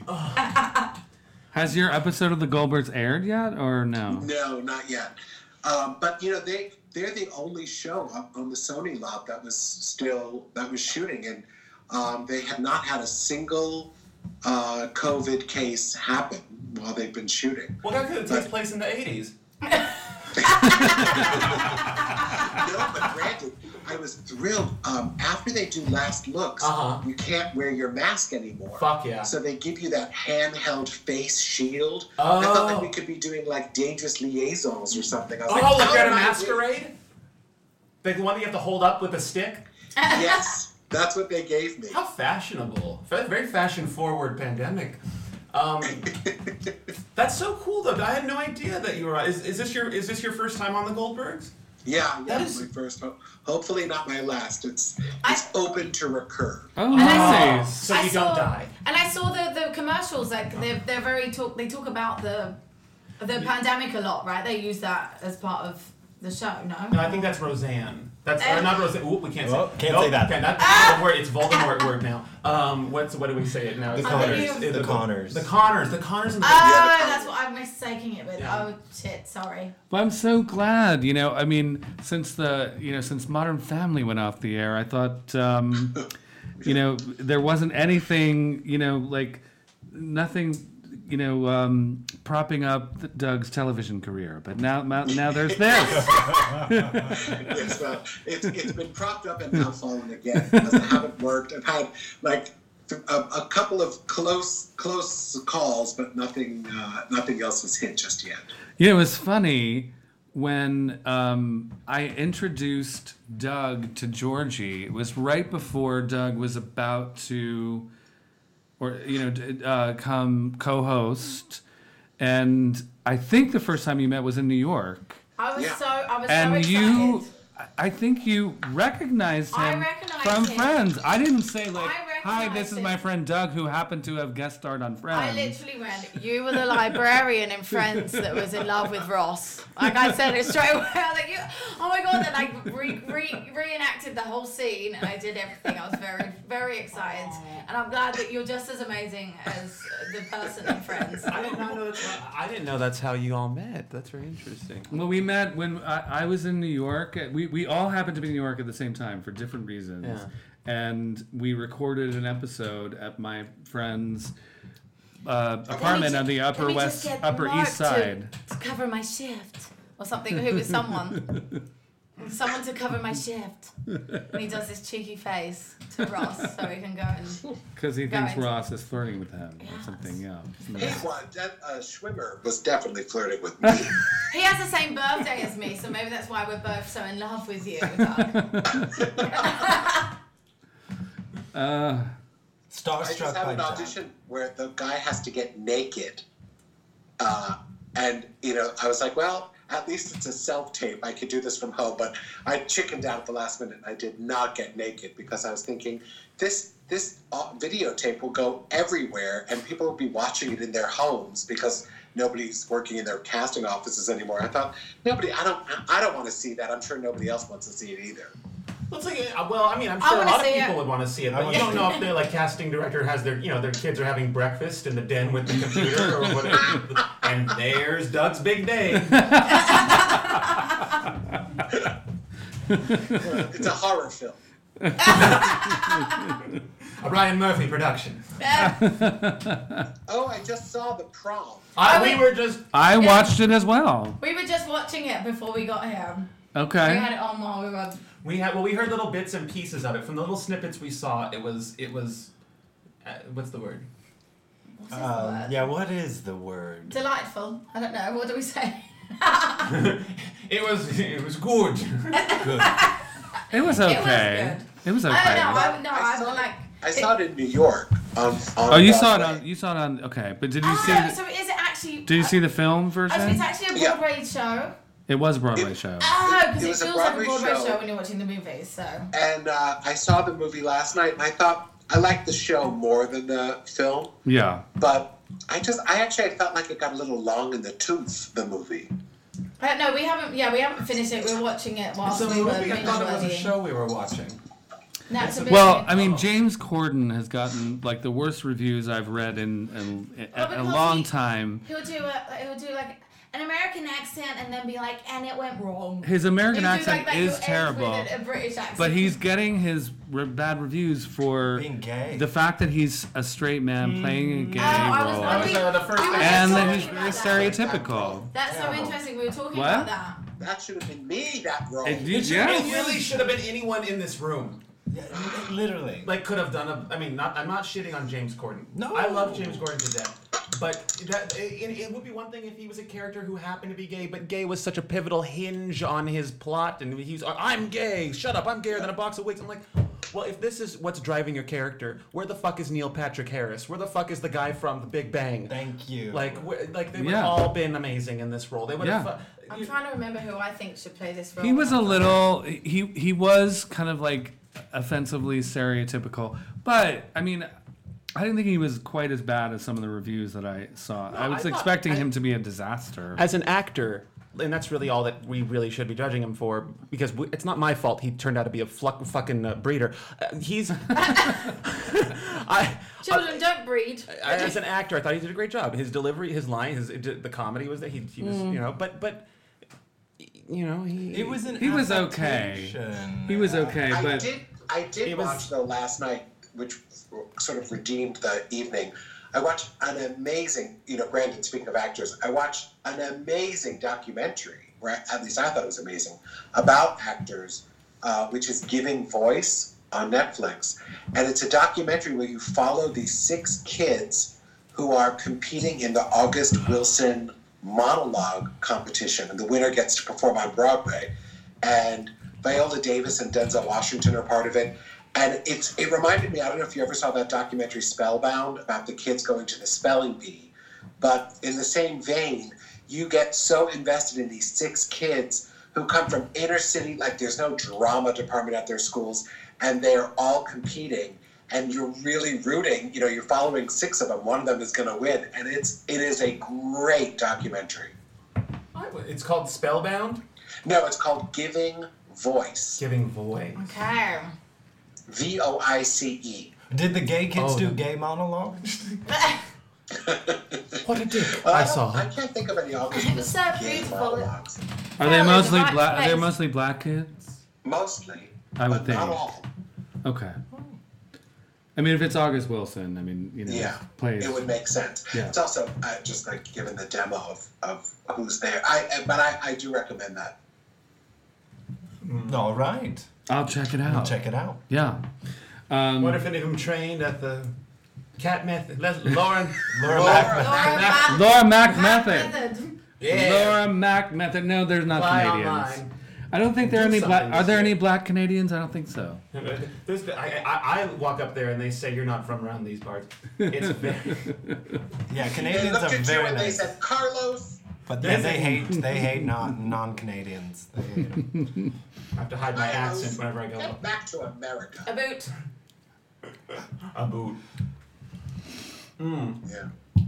Has your episode of The Goldbergs aired yet, or no? No, not yet. Um, but you know, they they're the only show up on the Sony lot that was still that was shooting, and um, they have not had a single uh, COVID case happen while they've been shooting. well, that could have taken place in the '80s. no, but granted, I was thrilled. Um, after they do last looks, Uh-huh. you can't wear your mask anymore. Fuck yeah. So they give you that handheld face shield. I felt Oh. like we could be doing like dangerous liaisons or something. I was Oh, like, look how at a did I do- masquerade. The one that you have to hold up with a stick. Yes, that's what they gave me. How fashionable. Fa- Very fashion forward pandemic. Um, that's so cool though. I had no idea that you were on. Is, is this your is this your first time on the Goldbergs? Yeah, yeah, That is- my first. ho- Hopefully, not my last. It's I- it's open to recur. Oh, I nice. So I you saw- don't die. Uh-huh. And I saw the, the commercials, like they're, they're very talk. They talk about the the pandemic a lot, right? They use that as part of the show. No. No, I think that's Roseanne. That's or Um, not Roseanne. Oop, we can't Oh, say. can't Nope, say that. Can't, that's the word. It's Voldemort word now. Um, what's what do we say it now? The It's Connors. It's The Connors. The Connors. The Connors. And the Oh, Yeah, the- that's what I'm mistaking it with. Yeah. Oh shit, sorry. But I'm so glad, you know. I mean, since the you know since Modern Family went off the air, I thought, um, you know, there wasn't anything, you know, like nothing, you know, um, propping up Doug's television career. But now, now, now there's this. It's, uh, it's, it's been propped up and now fallen again because it haven't worked. I've had like th- a, a couple of close close calls, but nothing uh, nothing else was hit just yet. You know, it's funny when um, I introduced Doug to Georgie. It was right before Doug was about to, or you know, d- uh, come co-host, and I think the first time you met was in New York, I was Yeah. so I was so and excited. you. I- I think you recognized him I recognized from him. Friends. I didn't say like, I "Hi, this recognized is my him. friend Doug, who happened to have guest starred on Friends." I literally went. You were the librarian in Friends that was in love with Ross. Like I said it straight away. I was like, you, oh my god! They like re, re, reenacted the whole scene, and I did everything. I was very, very excited, and I'm glad that you're just as amazing as the person in Friends. I did not know that's. I didn't know that's how you all met. That's very interesting. Well, we met when I, I was in New York. We, we all happened to be in New York at the same time for different reasons. Yeah. And we recorded an episode at my friend's uh, apartment on the upper west, upper east side. to, cover my shift or something. Who was someone? Someone to cover my shift. And he does this cheeky face to Ross so we can go and. Because he thinks Guys. Ross is flirting with him or Yes. something. Yeah. Hey, well, that, uh, Schwimmer was definitely flirting with me. He has the same birthday as me, so maybe that's why we're both so in love with you. Doug. Uh, I Starstruck just have by an John. audition where the guy has to get naked. Uh, and, you know, I was like, well, at least it's a self tape. I could do this from home. But I chickened out at the last minute and I did not get naked because I was thinking this this uh, videotape will go everywhere and people will be watching it in their homes because nobody's working in their casting offices anymore. I thought, nobody, I don't, I don't want to see that. I'm sure nobody else wants to see it either. Let's see. uh, Well, I mean, I'm I sure a wanna lot of see people it. would want to see it, I but wanna you don't see know if the like casting director has their, you know, their kids are having breakfast in the den with the computer or whatever. and there's Doug's big day. It's a horror film. A Ryan Murphy production. uh, Oh, I just saw the prom. I, I Uh, we mean- were just I Yeah. watched it as well. We were just watching it before we got here. We Okay. had it on while we were. we had well we heard little bits and pieces of it from the little snippets we saw. It was it was uh, what's the word? What's this Um, word? yeah, what is the word? Delightful. I don't know. What do we say? It was it was good. It was okay. good. It was I okay. don't know. I, no, I I'm saw it. like. I saw it in New York. On, on Oh, you saw it Broadway. on. You saw it on. Okay, but did you Oh, see? The, so is it actually? did you see the film Oh, so it's version? actually a Yeah. Broadway show. It was a Broadway show. Oh, because It it, was a feels like a Broadway Broadway show. show. when you're watching the movies. So And uh, I saw the movie last night, and I thought I liked the show more than the film, Yeah. but I just I actually felt like it got a little long in the tooth. The movie. I don't know. We haven't. Yeah, we haven't finished it. We were watching it whilst It's a we were movie. I binge thought it was a worthy. show we were watching. No, it's a movie. Well, I mean, James Corden has gotten like the worst reviews I've read in, in, in Well, a Oh, because long he- time. he'll do a, he'll do like an American accent and then be like, and it went wrong. His American He'll do accent like that, is he'll end terrible, With a, a British accent. but he's getting his re- bad reviews for Being gay. the fact that he's a straight man playing a gay Oh, I was, role, I was, So the first- I was and talking that he's about very that. stereotypical. That's so Terrible. interesting. We were talking What? about that. That should have been me. That role. It- It, should- yeah. it really should have been anyone in this room. Yeah, literally. Like could have done a. I mean, not I'm not shitting on James Corden. No. I love James Corden to death. But that it, it would be one thing if he was a character who happened to be gay, but gay was such a pivotal hinge on his plot, and he's I'm gay. Shut up, I'm gayer than a box of wigs. I'm like, well, if this is what's driving your character, where the fuck is Neil Patrick Harris? Where the fuck is the guy from The Big Bang? Thank you. Like, wh- like they would Yeah. have all been amazing in this role. They would have. Yeah. fu- I'm you- trying to remember who I think should play this role. He was a little. He he was kind of like offensively stereotypical, but I mean, I didn't think he was quite as bad as some of the reviews that I saw. I I was thought- expecting I- him to be a disaster. as an actor, and that's really all that we really should be judging him for, because we, it's not my fault he turned out to be a fluck, fucking uh, breeder. Uh, he's, I, Children don't breed. I, as an actor, I thought he did a great job. His delivery, his line, his the comedy was that he, he was, you know, but but, you know, he it was an He was okay. adaptation. He was okay, I but did. I did It was- watch though last night, which sort of redeemed the evening. I watched an amazing. You know, Brandon. Speaking of actors, I watched an amazing documentary. Where at least I thought it was amazing about actors, uh, which is Giving Voice on Netflix, and it's a documentary where you follow these six kids who are competing in the August Wilson monologue competition, and the winner gets to perform on Broadway. And Viola Davis and Denzel Washington are part of it. And it's it reminded me, I don't know if you ever saw that documentary Spellbound about the kids going to the spelling bee, but in the same vein, you get so invested in these six kids who come from inner city, like there's no drama department at their schools, and they're all competing and you're really rooting, you know, you're following six of them, one of them is gonna win. And it's it is a great documentary. it's called Spellbound, No, it's called Giving Voice. giving voice. Okay. V O I C E. Did the gay kids Oh, do the- gay monologues? What a dick! Well, I don't- saw. I can't think of any August. It was so gay beautiful. monologues. are they in the mostly right black? Are they place. mostly black kids? Mostly. I would but think. Not all. Okay. I mean, if it's August Wilson, I mean, you know, Yeah. plays. It would make sense. Yeah. It's also uh, just like given the demo of, of who's there. I uh, but I, I do recommend that. All right. I'll check it We'll out. check it out. Yeah. Um, What if any of them trained at the? Cat method. Let- Lauren. Laura, Laura- Laura Mac- Laura Mac Mac Method. Method. Laura Mac Method. No, there's not Fly Canadians. online. I don't think there are Do any black. something Are this there year. any black Canadians? I don't think so. There's, I, I, I walk up there and they say you're not from around these parts. It's very, Yeah, They Canadians looked are at you very and they nice. said, Carlos. But they, they hate they hate non non Canadians. They hate 'em. I have to hide my Carlos, accent whenever I go Get up. back to America. A boot. A boot. Yeah.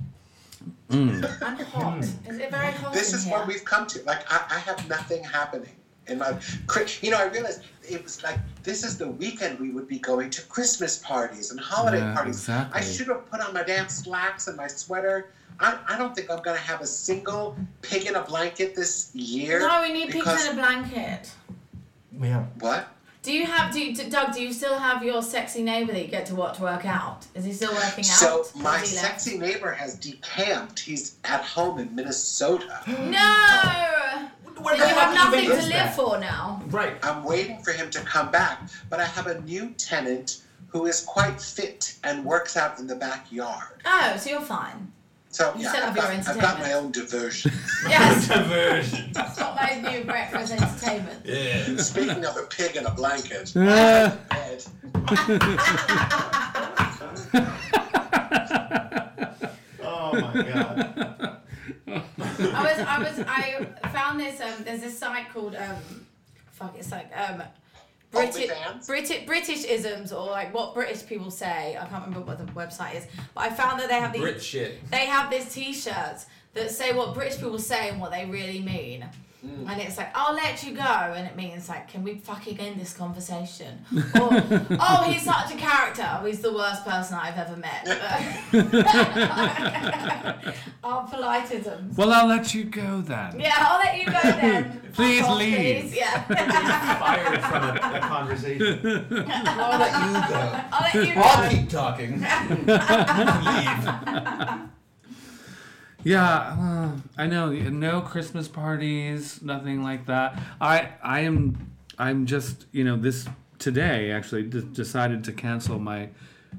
I'm hot. Is it very hot This in is here? Oh, what we've come to. Like I, I have nothing happening. And my, cri- you know, I realized it was like this is the weekend we would be going to Christmas parties and holiday Yeah, parties. exactly. I should have put on my damn slacks and my sweater. I, I don't think I'm gonna have a single pig in a blanket this year. No, we need pigs because- in a blanket. Yeah. What? Do you have, do, do Doug? Do you still have your sexy neighbour that you get to watch work out? Is he still working out? So Has my he left? sexy neighbor has decamped. He's at home in Minnesota. No. Where Then the you have fuck nothing even to is live that? for now. Right. I'm waiting for him to come back, but I have a new tenant who is quite fit and works out in the backyard. Oh, so you're fine. So You yeah, set up I've, your got, I've got my entertainment. own diversion. Yes, Diversion. that's what my new breakfast entertainment. Yeah. Speaking of a pig in a blanket, Ah. Ed, Oh my god. I was, I was, I found this. Um, there's this site called um, fuck, it's like um, British, OnlyFans? British, British isms or like what British people say. I can't remember what the website is, but I found that they have these. Brit shit. They have these T-shirts that say what British people say and what they really mean. Mm. And it's like, I'll let you go. And it means, like, can we fucking end this conversation? Or, oh, he's such a character. Oh, He's the worst person I've ever met. Our politisms. Well, I'll let you go then. Yeah, I'll let you go then. Fuck Please off, leave. Please. Yeah. Fired from a, a conversation. I'll let you go. let you I'll go. keep talking. Yeah, uh, I know. No Christmas parties, nothing like that. I I am I'm just you know this today actually d- decided to cancel my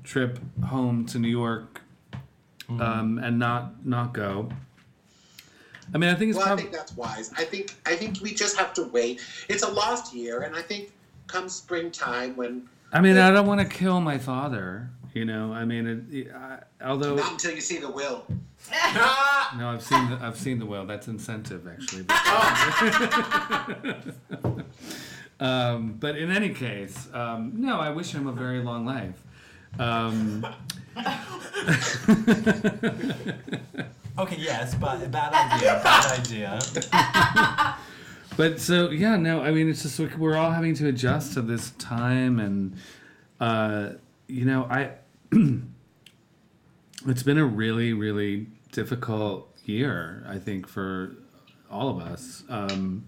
trip home to New York um, and not not go. I mean, I think it's well, I probably think that's wise. I think I think we just have to wait. It's a lost year, and I think come springtime when I mean, I don't want to kill my father. You know, I mean, it, I, although not until you see the will. no, I've seen the, I've seen the will. That's incentive actually. But, um, but in any case, um, no, I wish him a very long life. Um, Okay, yes, but bad idea. Bad idea. but so yeah, no, I mean, it's just like we're all having to adjust to this time, and uh, you know, I it's been a really, really difficult year, I think, for all of us. Um,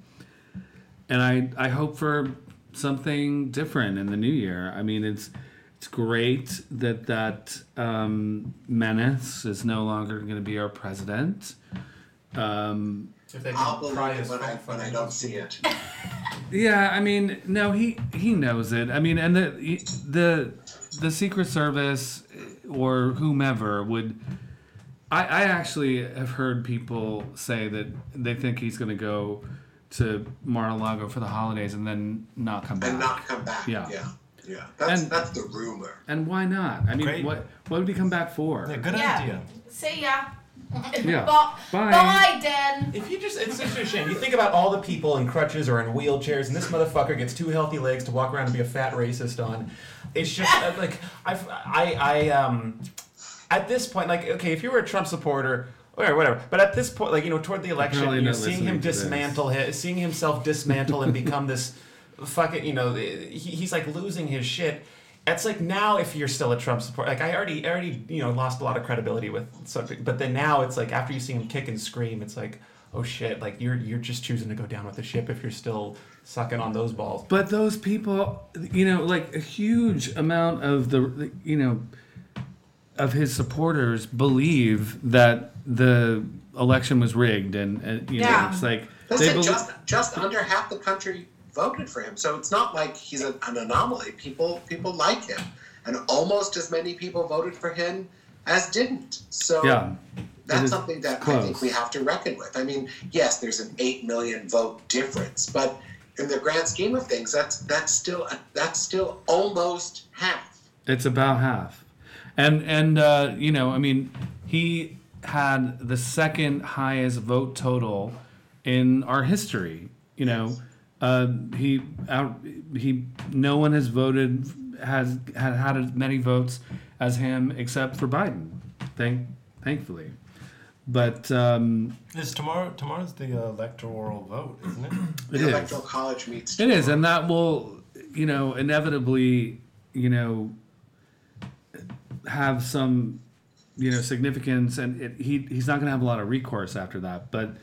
and I, I hope for something different in the new year. I mean, it's it's great that that um, menace is no longer going to be our president. Um, If they I'll can believe pry it us when I from when I don't see it. Yeah, I mean, no, he he knows it. I mean, and the the the Secret Service eh, or whomever would. I, I actually have heard people say that they think he's going to go to Mar-a-Lago for the holidays and then not come back. and not come back. Yeah. yeah, yeah. That's And- that's the rumor. And why not? I mean, Great. what what would he come back for? Yeah, good Yeah. idea. See ya. Yeah. Bo- Bye. Bye, Den. If you just, it's such a shame. You think about all the people in crutches or in wheelchairs, and this motherfucker gets two healthy legs to walk around and be a fat racist on. It's just uh, like I've, I, I, um, at this point, like, okay, if you were a Trump supporter. Or whatever, but at this point, like you know, toward the election, probably you know, not seeing listening him to this. dismantle, his, seeing himself dismantle and become this fucking, you know, he, he's like losing his shit. That's like now, if you're still a Trump supporter, like I already, I already, you know, lost a lot of credibility with something. But then now it's like after you see him kick and scream, it's like, oh shit, like you're you're just choosing to go down with the ship if you're still sucking on those balls. But those people, you know, like a huge amount of the, you know, of his supporters believe that the election was rigged, and, and you know, Yeah. it's like Listen, belie- just just under half the country voted for him, so it's not like he's a, an anomaly. People people like him, and almost as many people voted for him as didn't. So yeah, that's is something that I close. think we have to reckon with. I mean, yes, there's an eight million vote difference, but in the grand scheme of things, that's that's still that's still almost half. it's about half, and and uh, you know, I mean, he had the second highest vote total in our history. You know, uh, he out he no one has voted has had had as many votes as him except for Biden. Thank thankfully. But um, Is tomorrow? Tomorrow's the electoral vote, isn't it? it the is. electoral college meets. It is, and that will, you know, inevitably, you know, have some, you know, significance, and it, he he's not going to have a lot of recourse after that, but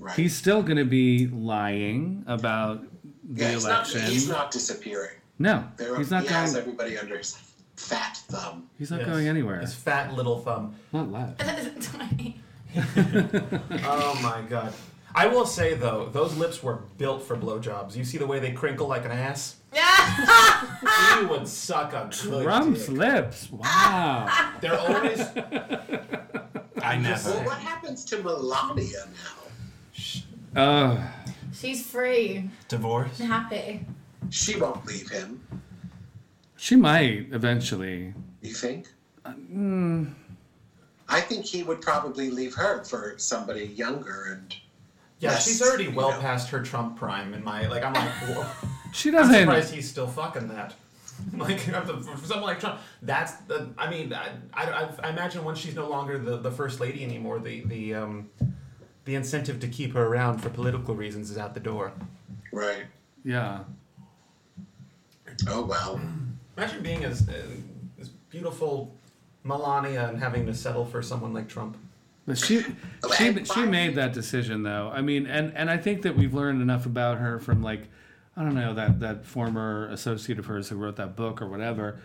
Right. he's still going to be lying about the yeah, he's not, election. he's not disappearing. no, There, he's not he going. has everybody under his fat thumb. he's not Yes. going anywhere. His fat little thumb. not live. Oh my god. I will say though, those lips were built for blowjobs. You see the way they crinkle like an ass. Yeah. You would suck a good Trump's dick. lips. Wow. They're always. I Well, never. what happens to Melania now? Oh, She's free Divorce. and happy. She won't leave him. she might eventually. You think? Hmm. I think he would probably leave her for somebody younger and. Yeah, Yes, she's already you well know. past her Trump prime. In my like, I'm like, whoa. She I'm doesn't. surprised he's still fucking that. Like for someone like Trump, that's the. I mean, I, I, I imagine once she's no longer the, the first lady anymore, the the um, the incentive to keep her around for political reasons is out the door. Right. Yeah. Oh, well. Imagine being as uh, as beautiful Melania and having to settle for someone like Trump. But she she Okay. she made that decision though. I mean, and and I think that we've learned enough about her from like I don't know that that former associate of hers who wrote that book or whatever.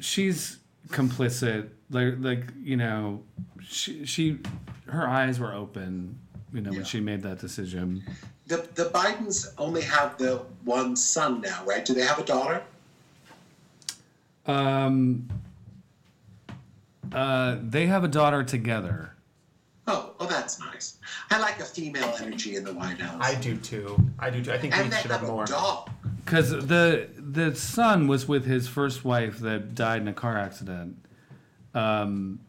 She's complicit. Like like you know, she she her eyes were open. You know when she made that decision. The, the Bidens only have the one son now, right? Do they have a daughter? Um. Uh, they have a daughter together. Oh, well, that's nice. I like a female energy in the White House. I do too. I do too. I think and we they should have have more. a dog. Because the the son was with his first wife that died in a car accident. Um,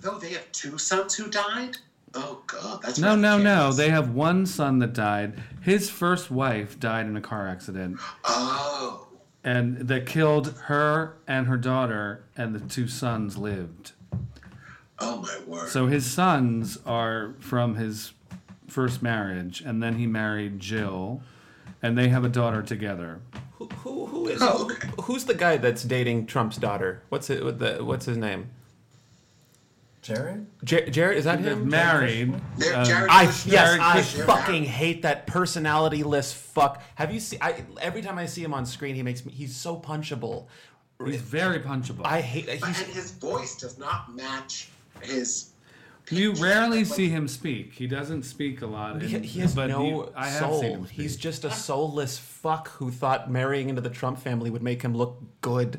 Though they have two sons who died? Oh, God. That's no, rather no, no. curious. They have one son that died. His first wife died in a car accident, Oh. and that killed her and her daughter, and the two sons lived. Oh, my word. So his sons are from his first marriage, and then he married Jill, and they have a daughter together. Who, who, who is Oh, okay. who's the guy that's dating Trump's daughter? What's it? What the, what's his name? Jared. Jar- Jared? Is that They're him? married. They're um, Jared I Kushner. yes, I Kushner. fucking hate that personality-less fuck. Have you seen? I every time I see him on screen, he makes me. He's so punchable. He's very punchable. I hate. But- He's, and his voice does not match his. You rarely see him speak. He doesn't speak a lot. he, in- he has but he- no I have soul. seen him speak. he's just a soulless fuck who thought marrying into the Trump family would make him look good.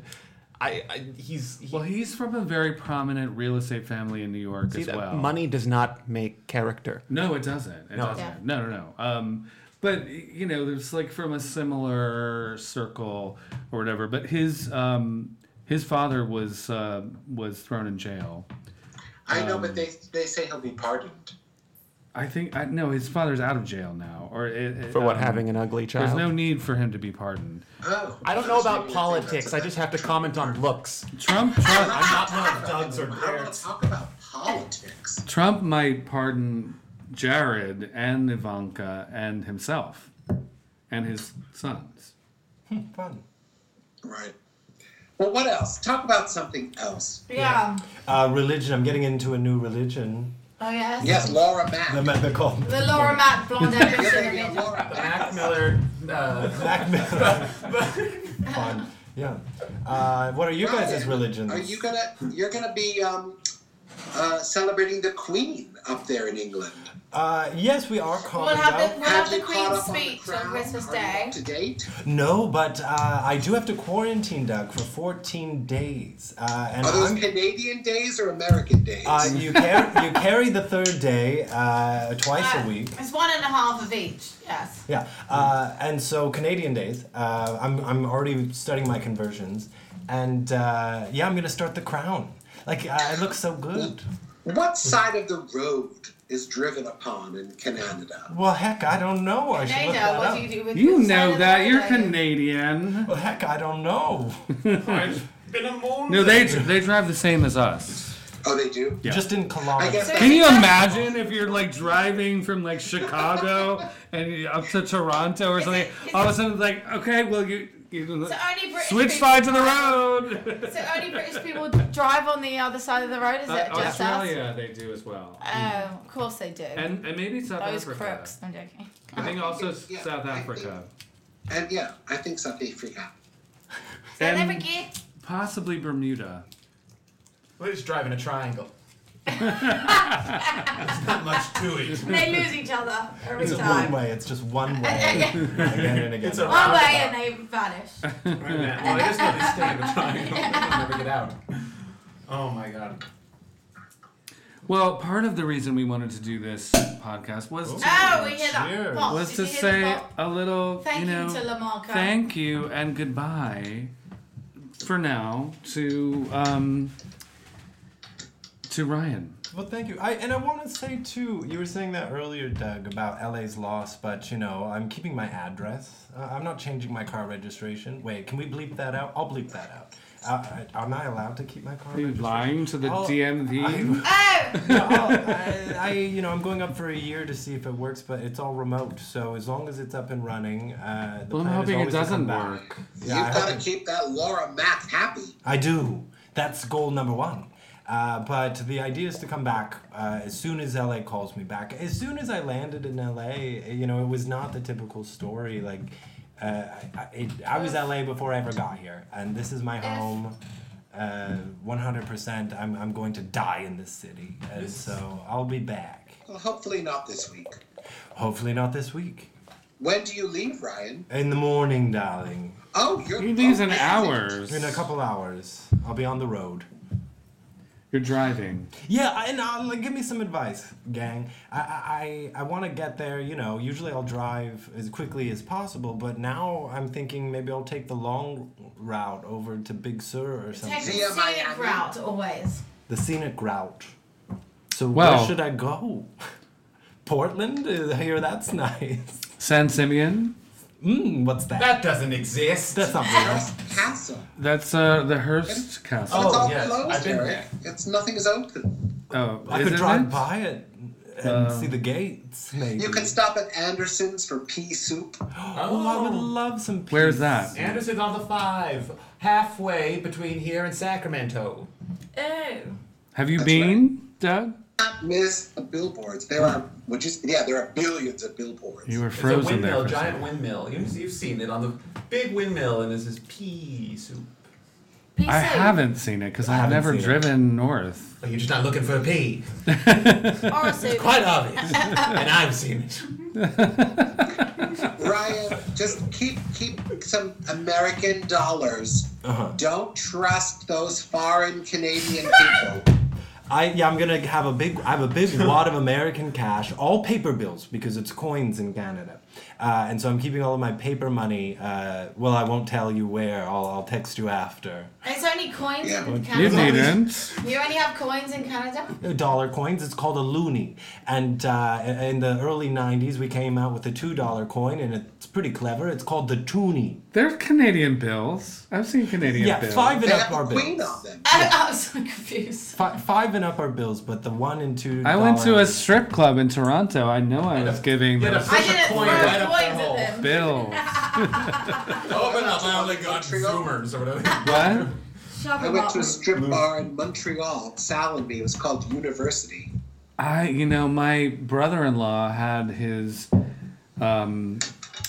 I, I he's he, well, he's from a very prominent real estate family in New York see as that well. money does not make character. No, it doesn't. It No. doesn't. Yeah. No, no, no. Um, but you know, there's like from a similar circle or whatever. But his um, his father was uh, was thrown in jail. I know, but they they say he'll be pardoned. I think I no. His father's out of jail now. Or it, it- For what um, having an ugly There's child. no need for him to be pardoned. Oh, I don't know about maybe think that's politics. I about- just have to comment on looks. Trump. Trump I'm not one of Doug's or I want to Barrett's. talk about politics. Trump might pardon Jared and Ivanka and himself and his sons. Fun. Right. Well, what else? Talk about something else. Yeah. Uh, religion. I'm getting into a new religion. Oh yes. Yes, Laura Mack. The ma- they're called The Laura Matt blonde You're edition. thinking of Laura Mack. Mac Miller. Uh, Black men. Fun. Yeah. Uh, what are you guys' Ryan, religions? Are you gonna? You're gonna be um, uh, celebrating the Queen up there in England. uh, yes, we are called. We'll have the, we'll have Have the you caught Queen's up on the speech on Crown? Christmas Are you Day. up to date. No, but uh, I do have to quarantine Doug for 14 days, uh, and Are those I'm. Canadian days or American days? Uh, you carry you carry the third day uh, twice Uh, a week. It's one and a half of each. Yes. Yeah, uh, and so Canadian days. Uh, I'm I'm already studying my conversions, and uh, yeah, I'm gonna start the crown. Like uh, it looks so good. What side of the road is driven upon in Canada? Well, heck, I don't know. I should They look know that what up. do you do with You with know Saturday that. You're night? Canadian. Well, heck, I don't know. I've been a moon. No, they they drive the same as us. Oh, they do? Yeah. Just in kilometers. I guess So- Can you imagine if you're like driving from like Chicago and up to Toronto or something? All of a sudden, it's like, okay, well, you, you So only British switch people sides of the drive- road. So only British people drive on the other side of the road, is it? Uh, Just us? Australia, they do as well, Oh, of course they do. and and maybe South Those Africa. crooks. I'm joking. I think also Yeah, South I Africa, And yeah, I think South Africa. South And- Africa. possibly Bermuda. We're just driving a triangle. not much to it. They lose each other every It's time. one way. It's just one way. One again and again. It's a way roundabout. and they vanish. Right now. Well, I guess where they stay in the triangle. They'll never get out. Oh my god. Well, part of the reason we wanted to do this podcast was to Oh, we hear that. Cheers. Pop. was Did to you hear the say pop? a little, Thank you you know, to Lamarco. thank you and goodbye for now to um, to Ryan. Well, thank you. I and I want to say too. You were saying that earlier, Doug, about LA's loss, but you know, I'm keeping my address. Uh, I'm not changing my car registration. Wait, can we bleep that out? I'll bleep that out. Uh, I- am I allowed to keep my car? Are you registration? lying to the I'll- DMV? Oh! No, I'll- I, I, you know, I'm going up for a year to see if it works, but it's all remote. So as long as it's up and running, uh, the Well, I'm plan is hoping it always to doesn't come back. work. Yeah, I You've got hope- to keep that Laura Mack happy. I do. That's goal number one. Uh, but the idea is to come back uh, as soon as LA calls me back. As soon as I landed in LA, you know, it was not the typical story. Like, uh, I, I, it, I was LA before I ever got here, and this is my home. Uh, 100%. I'm, I'm going to die in this city, and so I'll be back. Well, hopefully not this week. Hopefully not this week. When do you leave, Ryan? In the morning, darling. Oh, you're. He leaves in oh, hours. In a couple hours, I'll be on the road. You're driving. Yeah, I- and uh, like, give me some advice, gang. I I, I want to get there. You know, usually I'll drive as quickly as possible, but now I'm thinking maybe I'll take the long route over to Big Sur or Take something, the Via scenic Miami. route always. the scenic route. So Well- where should I go? Portland? Uh, I hear that's nice. San Simeon. Mm, what's that? That doesn't exist. that's not real. Hearst Castle. That's uh, the Hearst Castle. It's Oh, all yes, closed, I've been Eric. It's nothing is open. Oh, I is could it drive nice? Uh, by it and see the gates, maybe. You can stop at Anderson's for pea soup. Oh, I would love some. Peace. Where's that? Anderson's on the five, halfway between here and Sacramento. Oh. Have you That's been, Doug? Not miss the billboards. There are, which is yeah, there are billions of billboards. You were It's frozen a windmill, there. For a giant second. windmill. You've, you've seen it on the big windmill, and this is pea soup. Peace I out. haven't seen it because I've haven't never seen it. driven north. But you're just not looking for a pea. Or a soup. Quite obvious. and I've seen it. Ryan, just keep keep some American dollars. Uh-huh. Don't trust those foreign Canadian people. I yeah, I'm gonna have a big. I have a big wad of American cash, all paper bills because it's coins in Canada, uh, and so I'm keeping all of my paper money. Uh, well, I won't tell you where. I'll, I'll text you after. It's only coins Yeah. in You Canada. needn't. You only have coins in Canada? Dollar coins. It's called a loonie, and uh, in the early '90s we came out with a two dollar coin, and it's pretty clever. It's called the toonie. They're Canadian bills. I've seen Canadian Yeah, bills. five and They up have our a queen bills. on them. Oh, I was so confused. Fi- five and up our bills, but the one and two. I went to a dollars- strip club in Toronto. I know I was giving Get a those I fish didn't a throw coin right up coins the at hole. them. bills. Open up, I only got Montreal. zoomers or whatever. What? Shove I them went up. to a strip bar in Montreal, Sal and me. It was called University. I, you know, my brother-in-law had his um,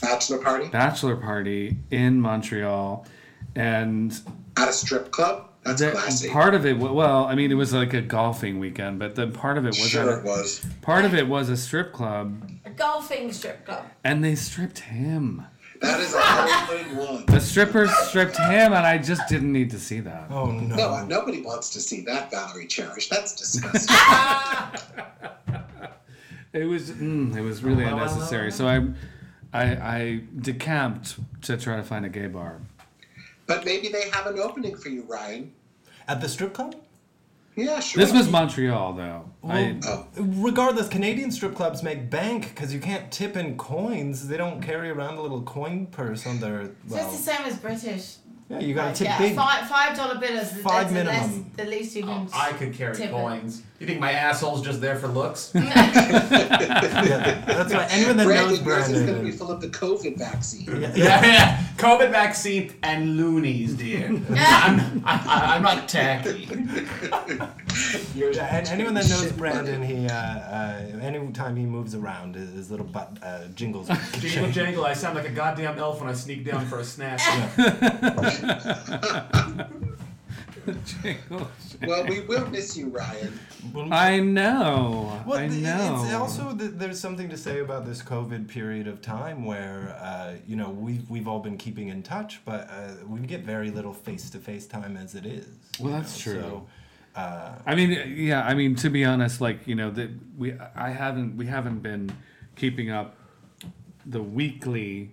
Bachelor party bachelor party in Montreal, and at a strip club. That's the- classy. part of it. wa- Well, I mean, it was like a golfing weekend, but then part of it was sure it at a, was. part of it was a strip club, A golfing strip club. and they stripped him. That is a whole in one. The strippers stripped him, and I just didn't need to see that. Oh no! No, Um, nobody wants to see that, Valerie Cherish. That's disgusting. It was mm, it was really unnecessary. So I, I I decamped to try to find a gay bar. but maybe they have an opening for you, Ryan. At the strip club. Yeah, sure. This was Montreal though. I, Oh. Regardless, Canadian strip clubs make bank because you can't tip in coins. They don't carry around a little coin purse on their. So Well, it's the same as British Yeah, you gotta tip yeah, big. five five dollar bill is the, Five is the less- minimum. the least you can. Oh, I could carry tip it. coins. You think my asshole's just there for looks? Yeah, that's why anyone that Brandon, knows yours is going to Brandon. be full of the COVID vaccine. Yeah, yeah. Yeah, yeah. COVID vaccine and loonies, dear. I'm, I, I- I'm not tacky. Yours- Yeah, and anyone that knows Shit, Brandon, he uh, uh, anytime he moves around, his, his little butt uh, jingles. Jingle jangle, I sound like a goddamn elf when I sneak down for a snack. Well, we will miss you, Ryan. I know. Well, I th- know. It's also th- there's something to say about this COVID period of time where uh, you know we've we've all been keeping in touch, but uh, we get very little face to face time as it is. Well, you that's know, true. So, I mean, yeah. I mean, to be honest, like you know, that we I haven't we haven't been keeping up the weekly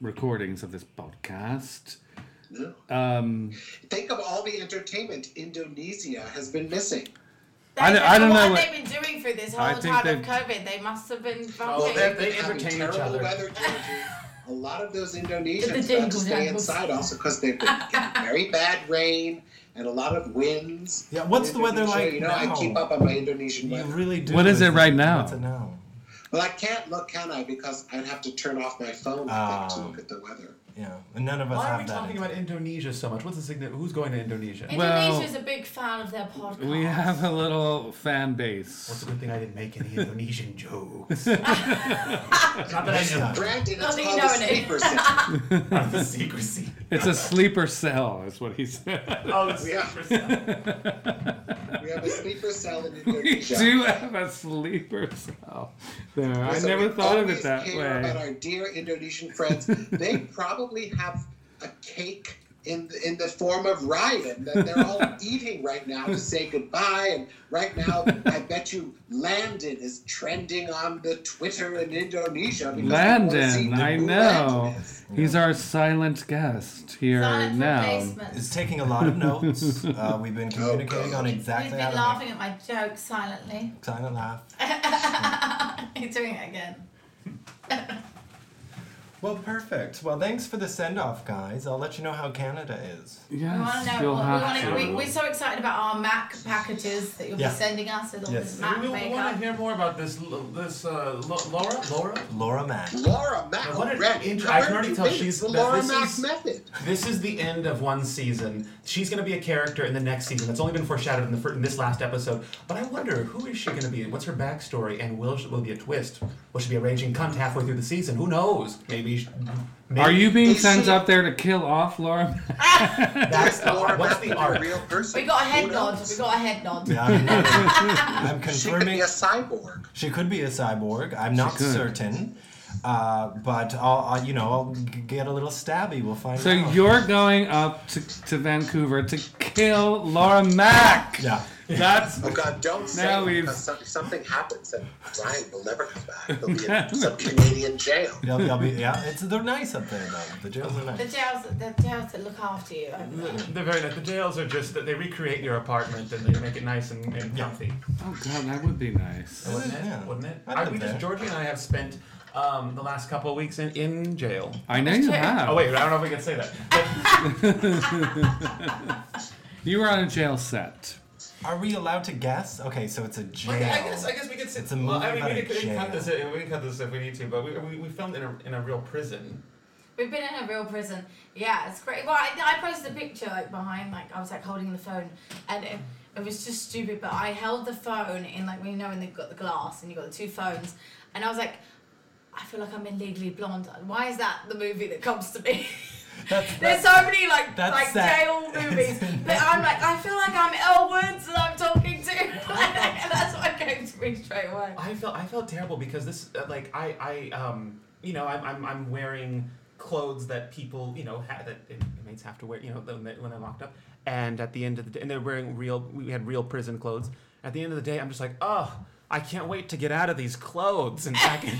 recordings of this podcast. Um, Think of all the entertainment Indonesia has been missing. They I don't- I don't what know they've been doing through this I whole think time of they've- COVID. They must have been Oh, bumping. they, they Having entertain each terrible other. weather conditions. A lot of those The Indonesians have to jingle stay jangles. inside also because they've been getting very bad rain and a lot of winds. Yeah, what's in the weather Indonesia. like You know, I now? keep up on my Indonesian you weather. really do. What is it isn't right now? What's it now? well, I can't look, can I? Because I'd have to turn off my phone I think, to Ah. look at the weather. Yeah, and none of us Why have are we that. talking about Indonesia so much? What's the signi- Who's going to Indonesia? Indonesia Well, is a big fan of their podcast. we have a little fan base. It's a good thing I didn't make any Indonesian jokes. Not that I know Brandon, Not that it's you called know a it. sleeper cell. about the secrecy. It's a sleeper cell, is what he said. Oh, the Yeah. secrecy. We have a sleeper cell in We Indonesia. do have a sleeper cell. There, I So never we thought of always it that care About way. our dear Indonesian friends, they probably have a cake in the, in the form of Ryan that they're all eating right now to say goodbye. And right now, I bet you Landon is trending on the Twitter in Indonesia. because they wanna see Landon, I who know. Landon is. He's our silent guest here Silent now. replacement. It's taking a lot of notes. uh, we've been communicating on He's exactly been how to laughing at my joke silently. make silent laugh. He's doing it again. Well, perfect. Well, thanks for the send off, guys. I'll let you know how Canada is. We want Yes, to know you'll what we have want to. to. We, we're so excited about our Mac packages that you'll Yeah. be sending us with all Yes. this Mac We, want to makeup. hear more about this. l- This uh, Lo- Laura. Laura. Laura Mack. Laura Mack. Now, what an Brett, int- how I can are already you tell doing? she's- the that Laura this Mack is- method. This is the end of one season. She's going to be a character in the next season. That's only been foreshadowed in, the, fir- in this last episode. But I wonder who is she going to be? What's her backstory? And will she, will it be a twist? Will she be arranging cunt halfway through the season? Who knows? Maybe. sh- maybe Are you being Is sent she- up there to kill off Laura? That's the, Laura what's Mack the is a arc? real person. We got a head Who nod. knows? We got a head nod. Yeah, I'm, I'm She could confirming. be a cyborg. She could be a cyborg. I'm not could. certain. Uh, but I'll, i you know, I'll g- get a little stabby. We'll find So out. you're going up to, to Vancouver to kill Laura Mack. Yeah. That's Oh God! Don't say Now it, we've- because some- something happens and Ryan will never come back. He'll be in some Canadian jail. They'll, they'll be, E, yeah, it's, they're nice up there, though. The jails are The nice. jails, the jails that look after you. They're very nice. The jails are just that they recreate your apartment and they make it nice and, and comfy. oh god, that would be nice. Wouldn't it? Yeah. Wouldn't it? I'd I, we live there. just Georgie and I have spent um, the last couple of weeks in, in jail. I know you Okay. have. Oh wait, I don't know if we can say that. But You were on a jail set. Are we allowed to guess? Okay, so it's a jail. Okay, I guess I guess we could say It's a well, movie I mean, we about a could, we could cut jail. this. In, we can cut this if we need to, but we, we, we filmed in a in a real prison. We've been in a real prison. Yeah, it's great. Well, I, I posted a picture like behind, like I was like holding the phone, and it, it was just stupid. But I held the phone in like we you know when they've got the glass and you've got the two phones, and I was like, I feel like I'm in Legally Blonde. Why is that the movie that comes to me? That's, There's that's, so many like that's like that- jail movies, but I'm like I feel like I'm Elle Woods and I'm talking to, and that's what came to me straight away. I felt I felt terrible because this uh, like I I um you know I'm I'm, I'm wearing clothes that people you know ha- that inmates have to wear you know when they- when they're locked up and at the end of the day and they're wearing real we had real prison clothes at the end of the day I'm just like oh I can't wait to get out of these clothes and back in-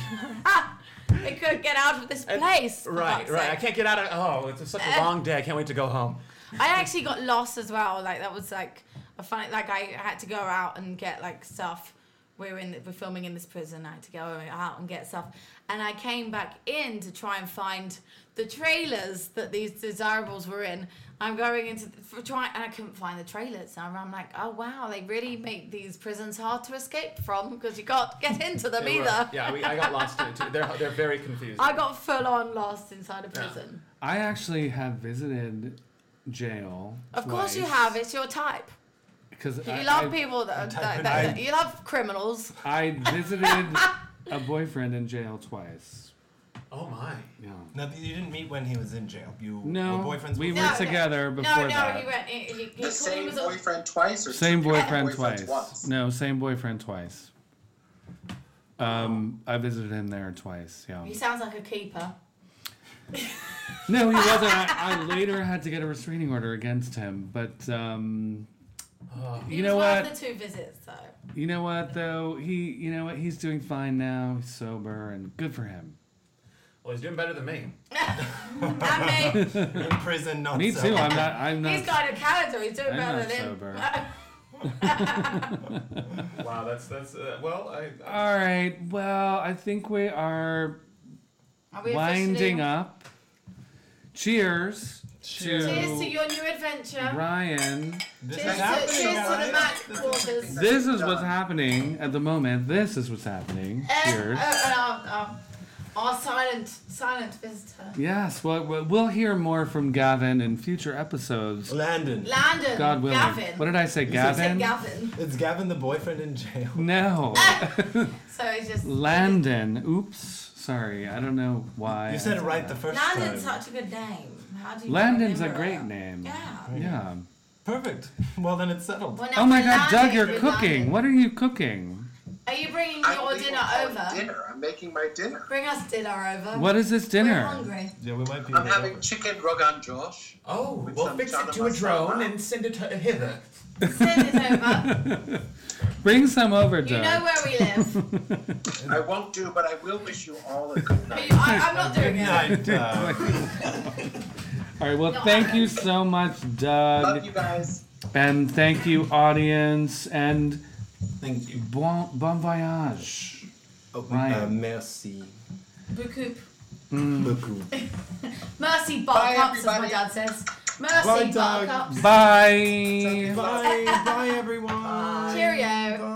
I could get out of this place. for right fuck's right I sake. Eh. can't get out of oh it's such a long day I can't wait to go home I actually got lost as well. Like that was like a funny. Like I had to go out and get like stuff we were in the, we're filming in this prison. I had to go out and get stuff, and I came back in to try and find the trailers that these desirables were in. I'm going into the, for try and I couldn't find the trailers. And I'm like, oh wow, they really make these prisons hard to escape from because you can't get into them They were- either. Yeah, we, I got lost in it too. They're, they're very confused. I got full on lost inside a prison. I actually have visited jail. Of course you have. It's your type. Because You I, love I- people that, are, that, that- that- you love criminals. I visited a boyfriend in jail twice. oh my. Yeah. Now, you didn't meet when he was in jail. You No, were boyfriends. we before were that? no. together No, before no, that. he went. He, he, he The same was a, boyfriend twice or two Same different boyfriend boyfriends twice. Once? No, same boyfriend twice. Um, I visited him there twice. Yeah. he sounds like a keeper. No, he wasn't. I, I later had to get a restraining order against him, but um, He you was know worth what? the two visits though. You know what though? He, you know what? He's doing fine now. He's sober and good for him. Well, he's doing better than me. And me, in prison. Not Me so. too. I'm not. I'm not. he's got a character. He's doing I'm better not than sober. him. Wow, that's that's uh, well. I, I All right. Well, I think we are Are we winding officially- up. Cheers. To Cheers to your new adventure. Ryan. This Cheers, is to, happening. cheers to the alright? Mac quarters. This is what's happening at the moment. This is what's happening. And, Cheers. uh, and our, our, our silent, silent visitor. Yes. Well, we'll- we'll hear more from Gavin in future episodes. Landon. Landon. God willing. Gavin. What did I say? I said Gavin? Gavin. It's Gavin, the boyfriend in jail. No. So it's just. Landon. Oops. Sorry. I don't know why. You said it right the first Landon's time. such a good name. How do you Landon's a remember great it? name. Yeah. Yeah. Perfect. Well, then it's settled. Well, now Oh my for god, Doug, Landon, you're for cooking. Landon. What are you cooking? Are you bringing I'm your leaving dinner for over? Dinner. I'm making my dinner. Bring us dinner over. What is this We're dinner? hungry. Yeah, we might be. I'm late having over. chicken rogan josh. oh, With we'll some fix it to a Jonathan drone Safran. and send it to, uh, hither. Send it over. Bring some over, You know Doug. where we live. I won't do, but I will wish you all a good I, night. I'm not doing it. Night, uh, All right, well, No, thank I- you so much, Doug. Love you guys. And thank you, audience. And Thank you. bon, bon voyage. uh, Ryan. merci. Bucoup. beaucoup. Mercy Bye, bark ups, as my everybody. dad says. Mercy Bye, bark Doug. ups. Bye. Bye, bye everyone. Cheerio. Bye.